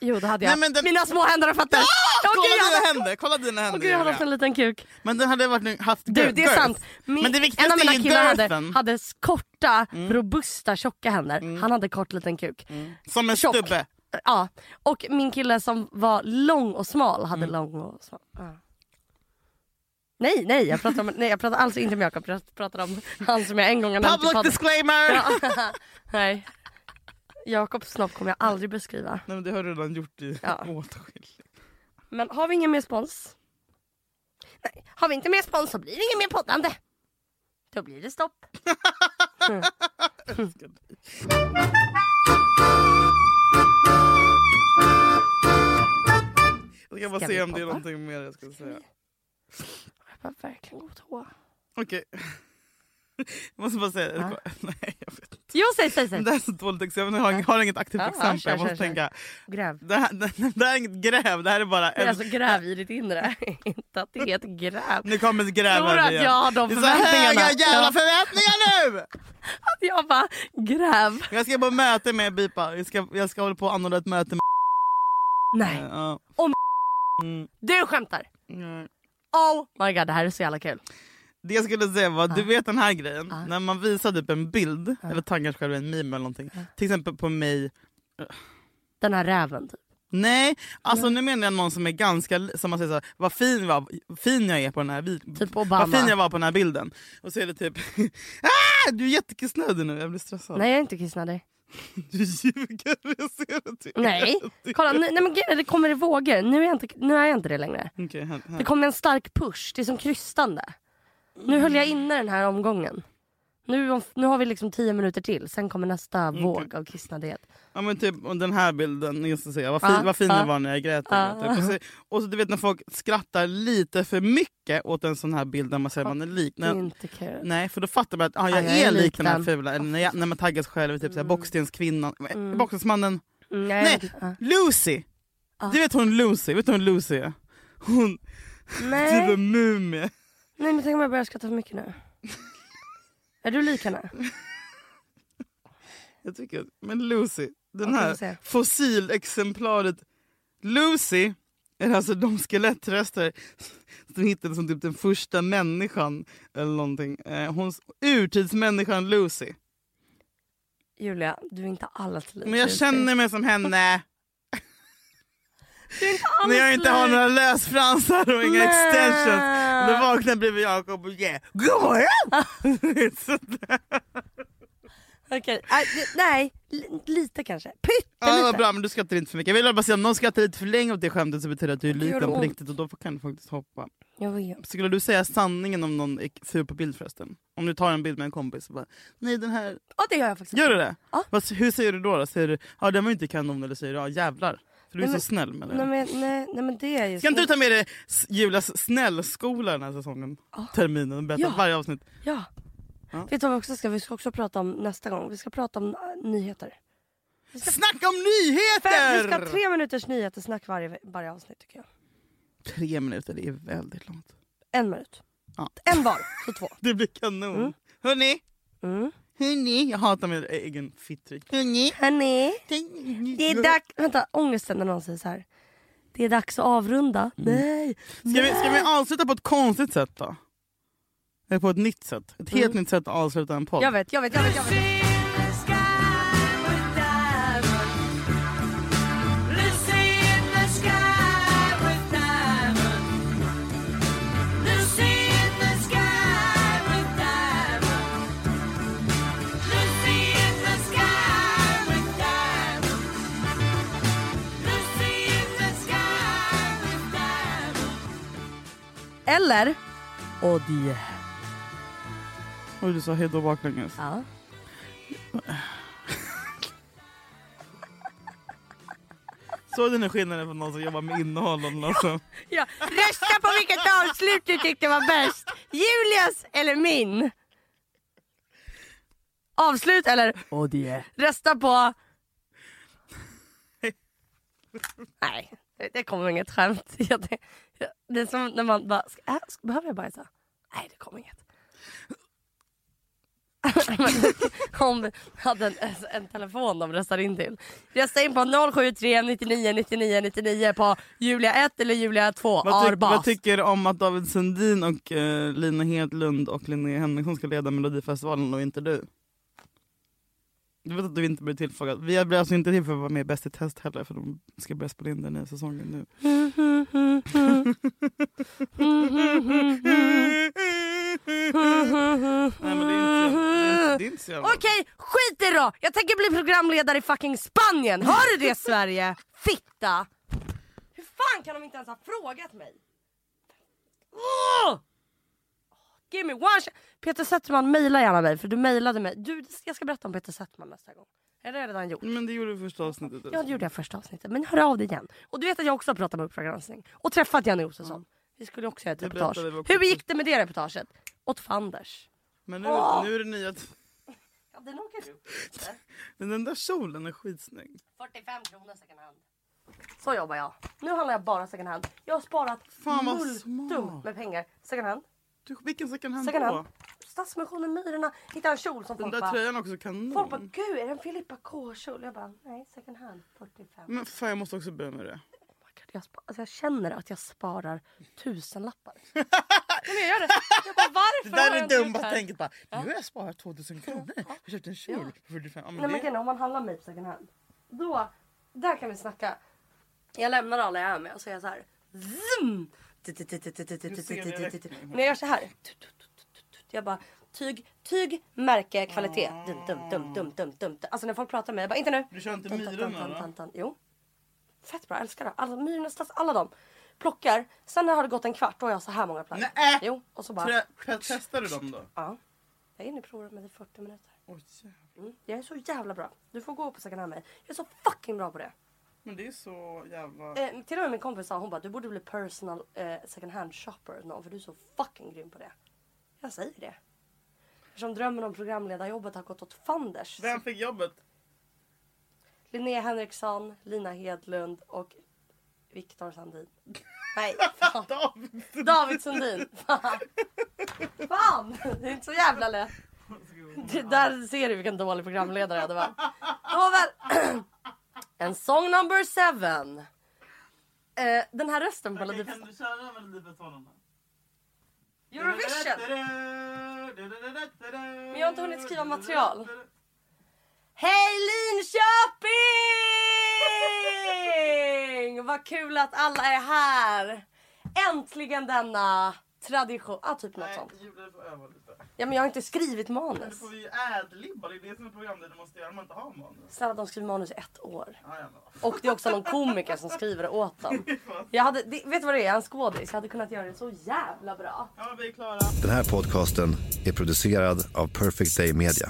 [SPEAKER 1] Jo det hade jag.
[SPEAKER 3] Nej, men den-
[SPEAKER 1] Mina små händer och fötter. Åh
[SPEAKER 3] Kolla
[SPEAKER 1] gud jag hade-
[SPEAKER 3] dina händer! Kolla dina händer
[SPEAKER 1] åh, gud, jag hade
[SPEAKER 3] Julia.
[SPEAKER 1] haft en liten kuk.
[SPEAKER 3] Men den hade varit haft
[SPEAKER 1] Du det är
[SPEAKER 3] girth.
[SPEAKER 1] sant. Min-
[SPEAKER 3] Men det
[SPEAKER 1] en av
[SPEAKER 3] viktigaste
[SPEAKER 1] mina
[SPEAKER 3] är ju Mm.
[SPEAKER 1] killar hade,
[SPEAKER 3] girthen.
[SPEAKER 1] hade s- korta, robusta, tjocka händer.
[SPEAKER 3] Mm.
[SPEAKER 1] Han hade kort liten kuk.
[SPEAKER 3] Som en
[SPEAKER 1] tjock.
[SPEAKER 3] stubbe.
[SPEAKER 1] Ja. Och min kille som var lång och smal hade lång och smal. Ja. Nej, nej jag, pratar om, nej jag pratar alls inte om Jakob. Jag pratar om han som jag en gång har nämnt i
[SPEAKER 3] Public
[SPEAKER 1] podden.
[SPEAKER 3] disclaimer!
[SPEAKER 1] Nej. Jakobs snopp kommer jag aldrig beskriva.
[SPEAKER 3] Nej, men det har du redan gjort i
[SPEAKER 1] Ja.
[SPEAKER 3] åtskilligt.
[SPEAKER 1] Men har vi ingen mer spons? Nej, har vi inte mer spons så blir det ingen mer poddande. Då blir det stopp.
[SPEAKER 3] Jag ska bara
[SPEAKER 1] Ska vi
[SPEAKER 3] se om det är
[SPEAKER 1] poppa?
[SPEAKER 3] någonting mer jag ska säga.
[SPEAKER 1] Jag behöver verkligen gå på toa.
[SPEAKER 3] Okej. Jag måste bara säga... Nej, jag vet inte.
[SPEAKER 1] Jo, säg, säg, säg.
[SPEAKER 3] Det här är så dåligt exempel. Jag har, jag har inget aktivt
[SPEAKER 1] Ja,
[SPEAKER 3] exempel.
[SPEAKER 1] kör,
[SPEAKER 3] jag
[SPEAKER 1] kör,
[SPEAKER 3] måste
[SPEAKER 1] kör.
[SPEAKER 3] tänka.
[SPEAKER 1] Gräv.
[SPEAKER 3] Det här, det, det här är inget gräv. Det här är bara...
[SPEAKER 1] Det är
[SPEAKER 3] En,
[SPEAKER 1] alltså gräv i ditt inre. inte att det är ett gräv.
[SPEAKER 3] Nu kommer ett gräv
[SPEAKER 1] Tror
[SPEAKER 3] här
[SPEAKER 1] att
[SPEAKER 3] igen.
[SPEAKER 1] jag har de
[SPEAKER 3] Det är så
[SPEAKER 1] förväntningarna.
[SPEAKER 3] höga jävla
[SPEAKER 1] Ja.
[SPEAKER 3] förväntningar nu!
[SPEAKER 1] Att jag bara, gräv.
[SPEAKER 3] Jag ska på möte med Bipa. Jag ska, jag ska hålla på och anordna ett möte med...
[SPEAKER 1] Nej,
[SPEAKER 3] Ja. Mm.
[SPEAKER 1] du skämtar.
[SPEAKER 3] Nej.
[SPEAKER 1] Oh my god, det här är så jävla kul.
[SPEAKER 3] Det jag skulle säga var, du vet den här grejen, när man visar typ en bild, eller tar kanske själv en meme eller någonting. Till exempel på mig.
[SPEAKER 1] Den här räven typ.
[SPEAKER 3] Nej, alltså nu menar jag någon som är ganska, li- som man säger så här, vad fin, vad fin jag är på den här bilden.
[SPEAKER 1] Typ Obama.
[SPEAKER 3] Vad fin jag var på den här bilden. Och så är det typ, ah, du är jättekissnödig nu, jag blir stressad.
[SPEAKER 1] Nej jag är inte kissnödig.
[SPEAKER 3] Du ljuger, jag ser det. tycker
[SPEAKER 1] Nej,
[SPEAKER 3] jag. Det-
[SPEAKER 1] kolla nu, nej, men, grejen är, det kommer i vågor. Nu är, jag inte, nu är jag inte det längre.
[SPEAKER 3] Okej, här, här.
[SPEAKER 1] Det kom en stark push, det är som krystande. Nu höll jag inne den här omgången. Nu, nu har vi liksom tio minuter till, sen kommer nästa
[SPEAKER 3] Mm,
[SPEAKER 1] våg av kissnödighet.
[SPEAKER 3] Ja men typ och den här bilden, just att säga, vad, fi,
[SPEAKER 1] Ja,
[SPEAKER 3] vad fin
[SPEAKER 1] ja.
[SPEAKER 3] jag var när jag grät.
[SPEAKER 1] Ja.
[SPEAKER 3] Typ. Och, så, och så du vet när folk skrattar lite för mycket åt en sån här bild där man säger att man är lik.
[SPEAKER 1] Det är
[SPEAKER 3] När,
[SPEAKER 1] inte kul.
[SPEAKER 3] nej för då fattar man att ah, jag,
[SPEAKER 1] Ja,
[SPEAKER 3] är, lik den här fula. Eller när, jag, när man taggar sig själv, typ såhär, Bockstenskvinnan, mm. Bockstensmannen.
[SPEAKER 1] Mm,
[SPEAKER 3] Nej!
[SPEAKER 1] jag- ja.
[SPEAKER 3] Lucy! Du vet hon Lucy, vet du hon Lucy är? Hon, typ
[SPEAKER 1] Nej.
[SPEAKER 3] en mumie.
[SPEAKER 1] Nej men tänk om jag börjar skratta för mycket nu. Är du lik henne?
[SPEAKER 3] Jag tycker, att- men Lucy, den
[SPEAKER 1] Okej,
[SPEAKER 3] här
[SPEAKER 1] får se.
[SPEAKER 3] fossilexemplaret Lucy är alltså de skelettrester som hittades som typ den första människan eller någonting. Eh, hon, urtidsmänniskan Lucy.
[SPEAKER 1] Julia, du är inte alls lik.
[SPEAKER 3] Men jag
[SPEAKER 1] Lucy.
[SPEAKER 3] känner mig som henne
[SPEAKER 1] Du är inte alls
[SPEAKER 3] när jag inte har
[SPEAKER 1] lik.
[SPEAKER 3] några lösfransar och inga
[SPEAKER 1] Nej.
[SPEAKER 3] extensions. Då vaknar jag bredvid Jakob och yeah, god morgon! Sådär.
[SPEAKER 1] Okej, nej, det- nej, li- lite kanske.
[SPEAKER 3] Ja, vad
[SPEAKER 1] Pyttelite.
[SPEAKER 3] bra, men du skrattar inte för mycket. Jag vill bara säga om någon skrattar lite för länge åt det skämtet så betyder det att du är
[SPEAKER 1] gör
[SPEAKER 3] liten på
[SPEAKER 1] ont.
[SPEAKER 3] riktigt och då kan du faktiskt hoppa.
[SPEAKER 1] Jag vet.
[SPEAKER 3] Skulle du säga sanningen om någon är ful på bild förresten? Om du tar en bild med en kompis och bara nej den här...
[SPEAKER 1] Ja det gör jag faktiskt.
[SPEAKER 3] Gör du det?
[SPEAKER 1] Ja.
[SPEAKER 3] Fast hur säger du då? då? Säger du ja den var ju inte kanon eller säger du ja jävlar? För du är
[SPEAKER 1] Nej, men-
[SPEAKER 3] så snäll med det.
[SPEAKER 1] Nej men, nej, nej, men det är ju
[SPEAKER 3] Ska inte du ta med dig s- Julias snällskola den här säsongen? Terminen och berätta
[SPEAKER 1] Ja.
[SPEAKER 3] varje avsnitt.
[SPEAKER 1] Ja. Vet du vad vi också ska? Vi ska också prata om nästa gång. Vi ska prata om äh, nyheter.
[SPEAKER 3] Snacka om
[SPEAKER 1] Fem, vi
[SPEAKER 3] nyheter!
[SPEAKER 1] ska ha tre minuters nyhetssnack varje, varje avsnitt tycker jag.
[SPEAKER 3] Tre minuter, det är väldigt långt.
[SPEAKER 1] En minut.
[SPEAKER 3] Ja.
[SPEAKER 1] En var, så två.
[SPEAKER 3] Det blir kanon. Hörni!
[SPEAKER 1] Mm.
[SPEAKER 3] Hörni! Jag hatar min egen fittryck. Hörni!
[SPEAKER 1] Hörni, det är dags... Vänta, ångesten när någon säger så här. Det är dags att avrunda. Nej.
[SPEAKER 3] Mm. Ska vi, ska vi avsluta på ett konstigt sätt då? Eller på ett nytt sätt? Ett helt nytt sätt att avsluta en podd.
[SPEAKER 1] Mm. Jag vet, jag vet, jag vet. Jag vet. Eller... Och det.
[SPEAKER 3] Oj, du sa hejdå baklänges.
[SPEAKER 1] Ja.
[SPEAKER 3] Såg du nu skillnaden från någon som jobbar med innehåll och någon som...
[SPEAKER 1] Ja, rösta på vilket avslut du tyckte var bäst. Julias eller min? Avslut eller?
[SPEAKER 3] Åh, det är.
[SPEAKER 1] Rösta på... Nej, det- det kommer inget skämt. Jag- Det det är som när man bara, ska, äh, ska, behöver jag bajsa? Nej, det kommer inget. om, om vi hade en, en telefon de röstar in till. Rösta in på 073 99 99 99 på Julia 1 eller Julia 2
[SPEAKER 3] Vad, tyck,
[SPEAKER 1] Arbas.
[SPEAKER 3] vad tycker du om att David Sundin och eh, Lina Hedlund och Linnea Henriksson ska leda Melodifestivalen och inte du? Du vet att du inte blir tillfrågad. Vi blir alltså inte tillfrågade att vara med i Bäst i test heller för de ska börja spela in den nya säsongen nu. Nej men det är inte, det är, det är inte så jävla...
[SPEAKER 1] Okej, skit i det då! Jag tänker bli programledare i fucking Spanien. Hör du det Sverige? Fitta! Hur fan kan de inte ens ha frågat mig? Åh! Give me one chance. Peter Settman, mejla gärna mig för du mejlade mig. Du, jag ska berätta om Peter Settman nästa gång. Eller har jag redan gjort?
[SPEAKER 3] Men det gjorde du första avsnittet.
[SPEAKER 1] Ja, det gjorde jag första avsnittet. Men hör av dig igen. Och du vet att jag också har pratat med Uppdrag granskning. Och träffat Janne Josefsson. Vi skulle också göra ett
[SPEAKER 3] Det
[SPEAKER 1] reportage.
[SPEAKER 3] berättade vi också.
[SPEAKER 1] Hur gick det med det reportaget? Åt fanders.
[SPEAKER 3] Men nu, nu är det nya...
[SPEAKER 1] Ja, den åker du.
[SPEAKER 3] Men den där kjolen är skitsnygg.
[SPEAKER 1] 45 kronor second hand. Så jobbar jag. Nu handlar jag bara second hand. Jag har sparat
[SPEAKER 3] Fan, vad
[SPEAKER 1] multum
[SPEAKER 3] smart.
[SPEAKER 1] med pengar. Second hand.
[SPEAKER 3] Du, vilken second hand
[SPEAKER 1] Second
[SPEAKER 3] då?
[SPEAKER 1] hand. Stadsmissionen Myrorna hittade en kjol som
[SPEAKER 3] Den
[SPEAKER 1] folk
[SPEAKER 3] där
[SPEAKER 1] bara...
[SPEAKER 3] tröjan är också kanon.
[SPEAKER 1] Folk bara, gud är det en Filippa K-kjol? Jag bara, nej second hand 45.
[SPEAKER 3] Men fan jag måste också börja med det.
[SPEAKER 1] Oh my God, jag, spa- alltså jag känner att jag sparar tusenlappar. Nej, men jag gör det. Jag bara, varför
[SPEAKER 3] Det
[SPEAKER 1] har
[SPEAKER 3] där
[SPEAKER 1] jag
[SPEAKER 3] är
[SPEAKER 1] inte
[SPEAKER 3] dumt
[SPEAKER 1] gjort det
[SPEAKER 3] bara
[SPEAKER 1] här?
[SPEAKER 3] tänket bara, nu har jag sparat 2000 kronor. Jag har köpt en kjol för 45. Ja,
[SPEAKER 1] Nej
[SPEAKER 3] men
[SPEAKER 1] men
[SPEAKER 3] det,
[SPEAKER 1] Kenny, om man handlar mig på second hand. Då, där kan vi snacka. Jag lämnar alla jag är med och så är jag så här. Zoom! Men jag gör så här. Tut, tut, tut, tut, tut. Jag bara tyg, tyg, märke, kvalitet. Dum, dum, dum, dum, dum, dum. Alltså när folk pratar med mig, jag bara inte nu.
[SPEAKER 3] Du kör inte
[SPEAKER 1] Dun, dun, dun,
[SPEAKER 3] Myrorna,
[SPEAKER 1] dun,
[SPEAKER 3] va?
[SPEAKER 1] dun, dun. Jo. Fett bra, jag älskar det. Alla Myrorna, Stads, alla dem. Plockar, sen när det har gått en kvart då har jag så här många plagg.
[SPEAKER 3] Nej.
[SPEAKER 1] Jo, och så bara.
[SPEAKER 3] Trä, pre- testar du dem då?
[SPEAKER 1] Ja. Jag är inne i provrummet i 40 minuter.
[SPEAKER 3] Oj, jävlar.
[SPEAKER 1] Mm. Jag är så jävla bra. Du får gå på second hand med mig. Jag är så fucking bra på det.
[SPEAKER 3] men det är så jävla...
[SPEAKER 1] Eh, till och med min kompis sa hon bara du borde bli personal eh, second hand shopper någon för du är så fucking grym på det. Jag säger det. Eftersom drömmen om programledarjobbet har gått åt fanders.
[SPEAKER 3] Vem fick jobbet?
[SPEAKER 1] Linnea Henriksson, Lina Hedlund och Viktor Sandin. Nej, fan. David Sundin. Fan. fan, det är inte så jävla lätt. Det, där ser du vilken dålig programledare jag hade varit. Nåväl. En song number seven. Eh, den här rösten på Melodifestivalen.
[SPEAKER 3] du köra Melodifestivalen?
[SPEAKER 1] Eurovision. Men jag har inte hunnit skriva material. Hej Linköping! Vad kul att alla är här. Äntligen denna tradition. Ah, typ något sånt.
[SPEAKER 3] Julia, du får öva lite.
[SPEAKER 1] Ja, men jag har inte skrivit manus.
[SPEAKER 3] får ju adlibba, det är det som är programmet. Du måste göra, man inte har manus.
[SPEAKER 1] Snälla, de skriver manus i ett år.
[SPEAKER 3] Ja, ja, men vad
[SPEAKER 1] Och det är också någon komiker som skriver det åt dem. Jag hade, det, vet du vad det är? En skådis. Jag hade kunnat göra det så jävla bra.
[SPEAKER 3] Ja, vi är klara.
[SPEAKER 7] Den här podcasten är producerad av Perfect Day Media.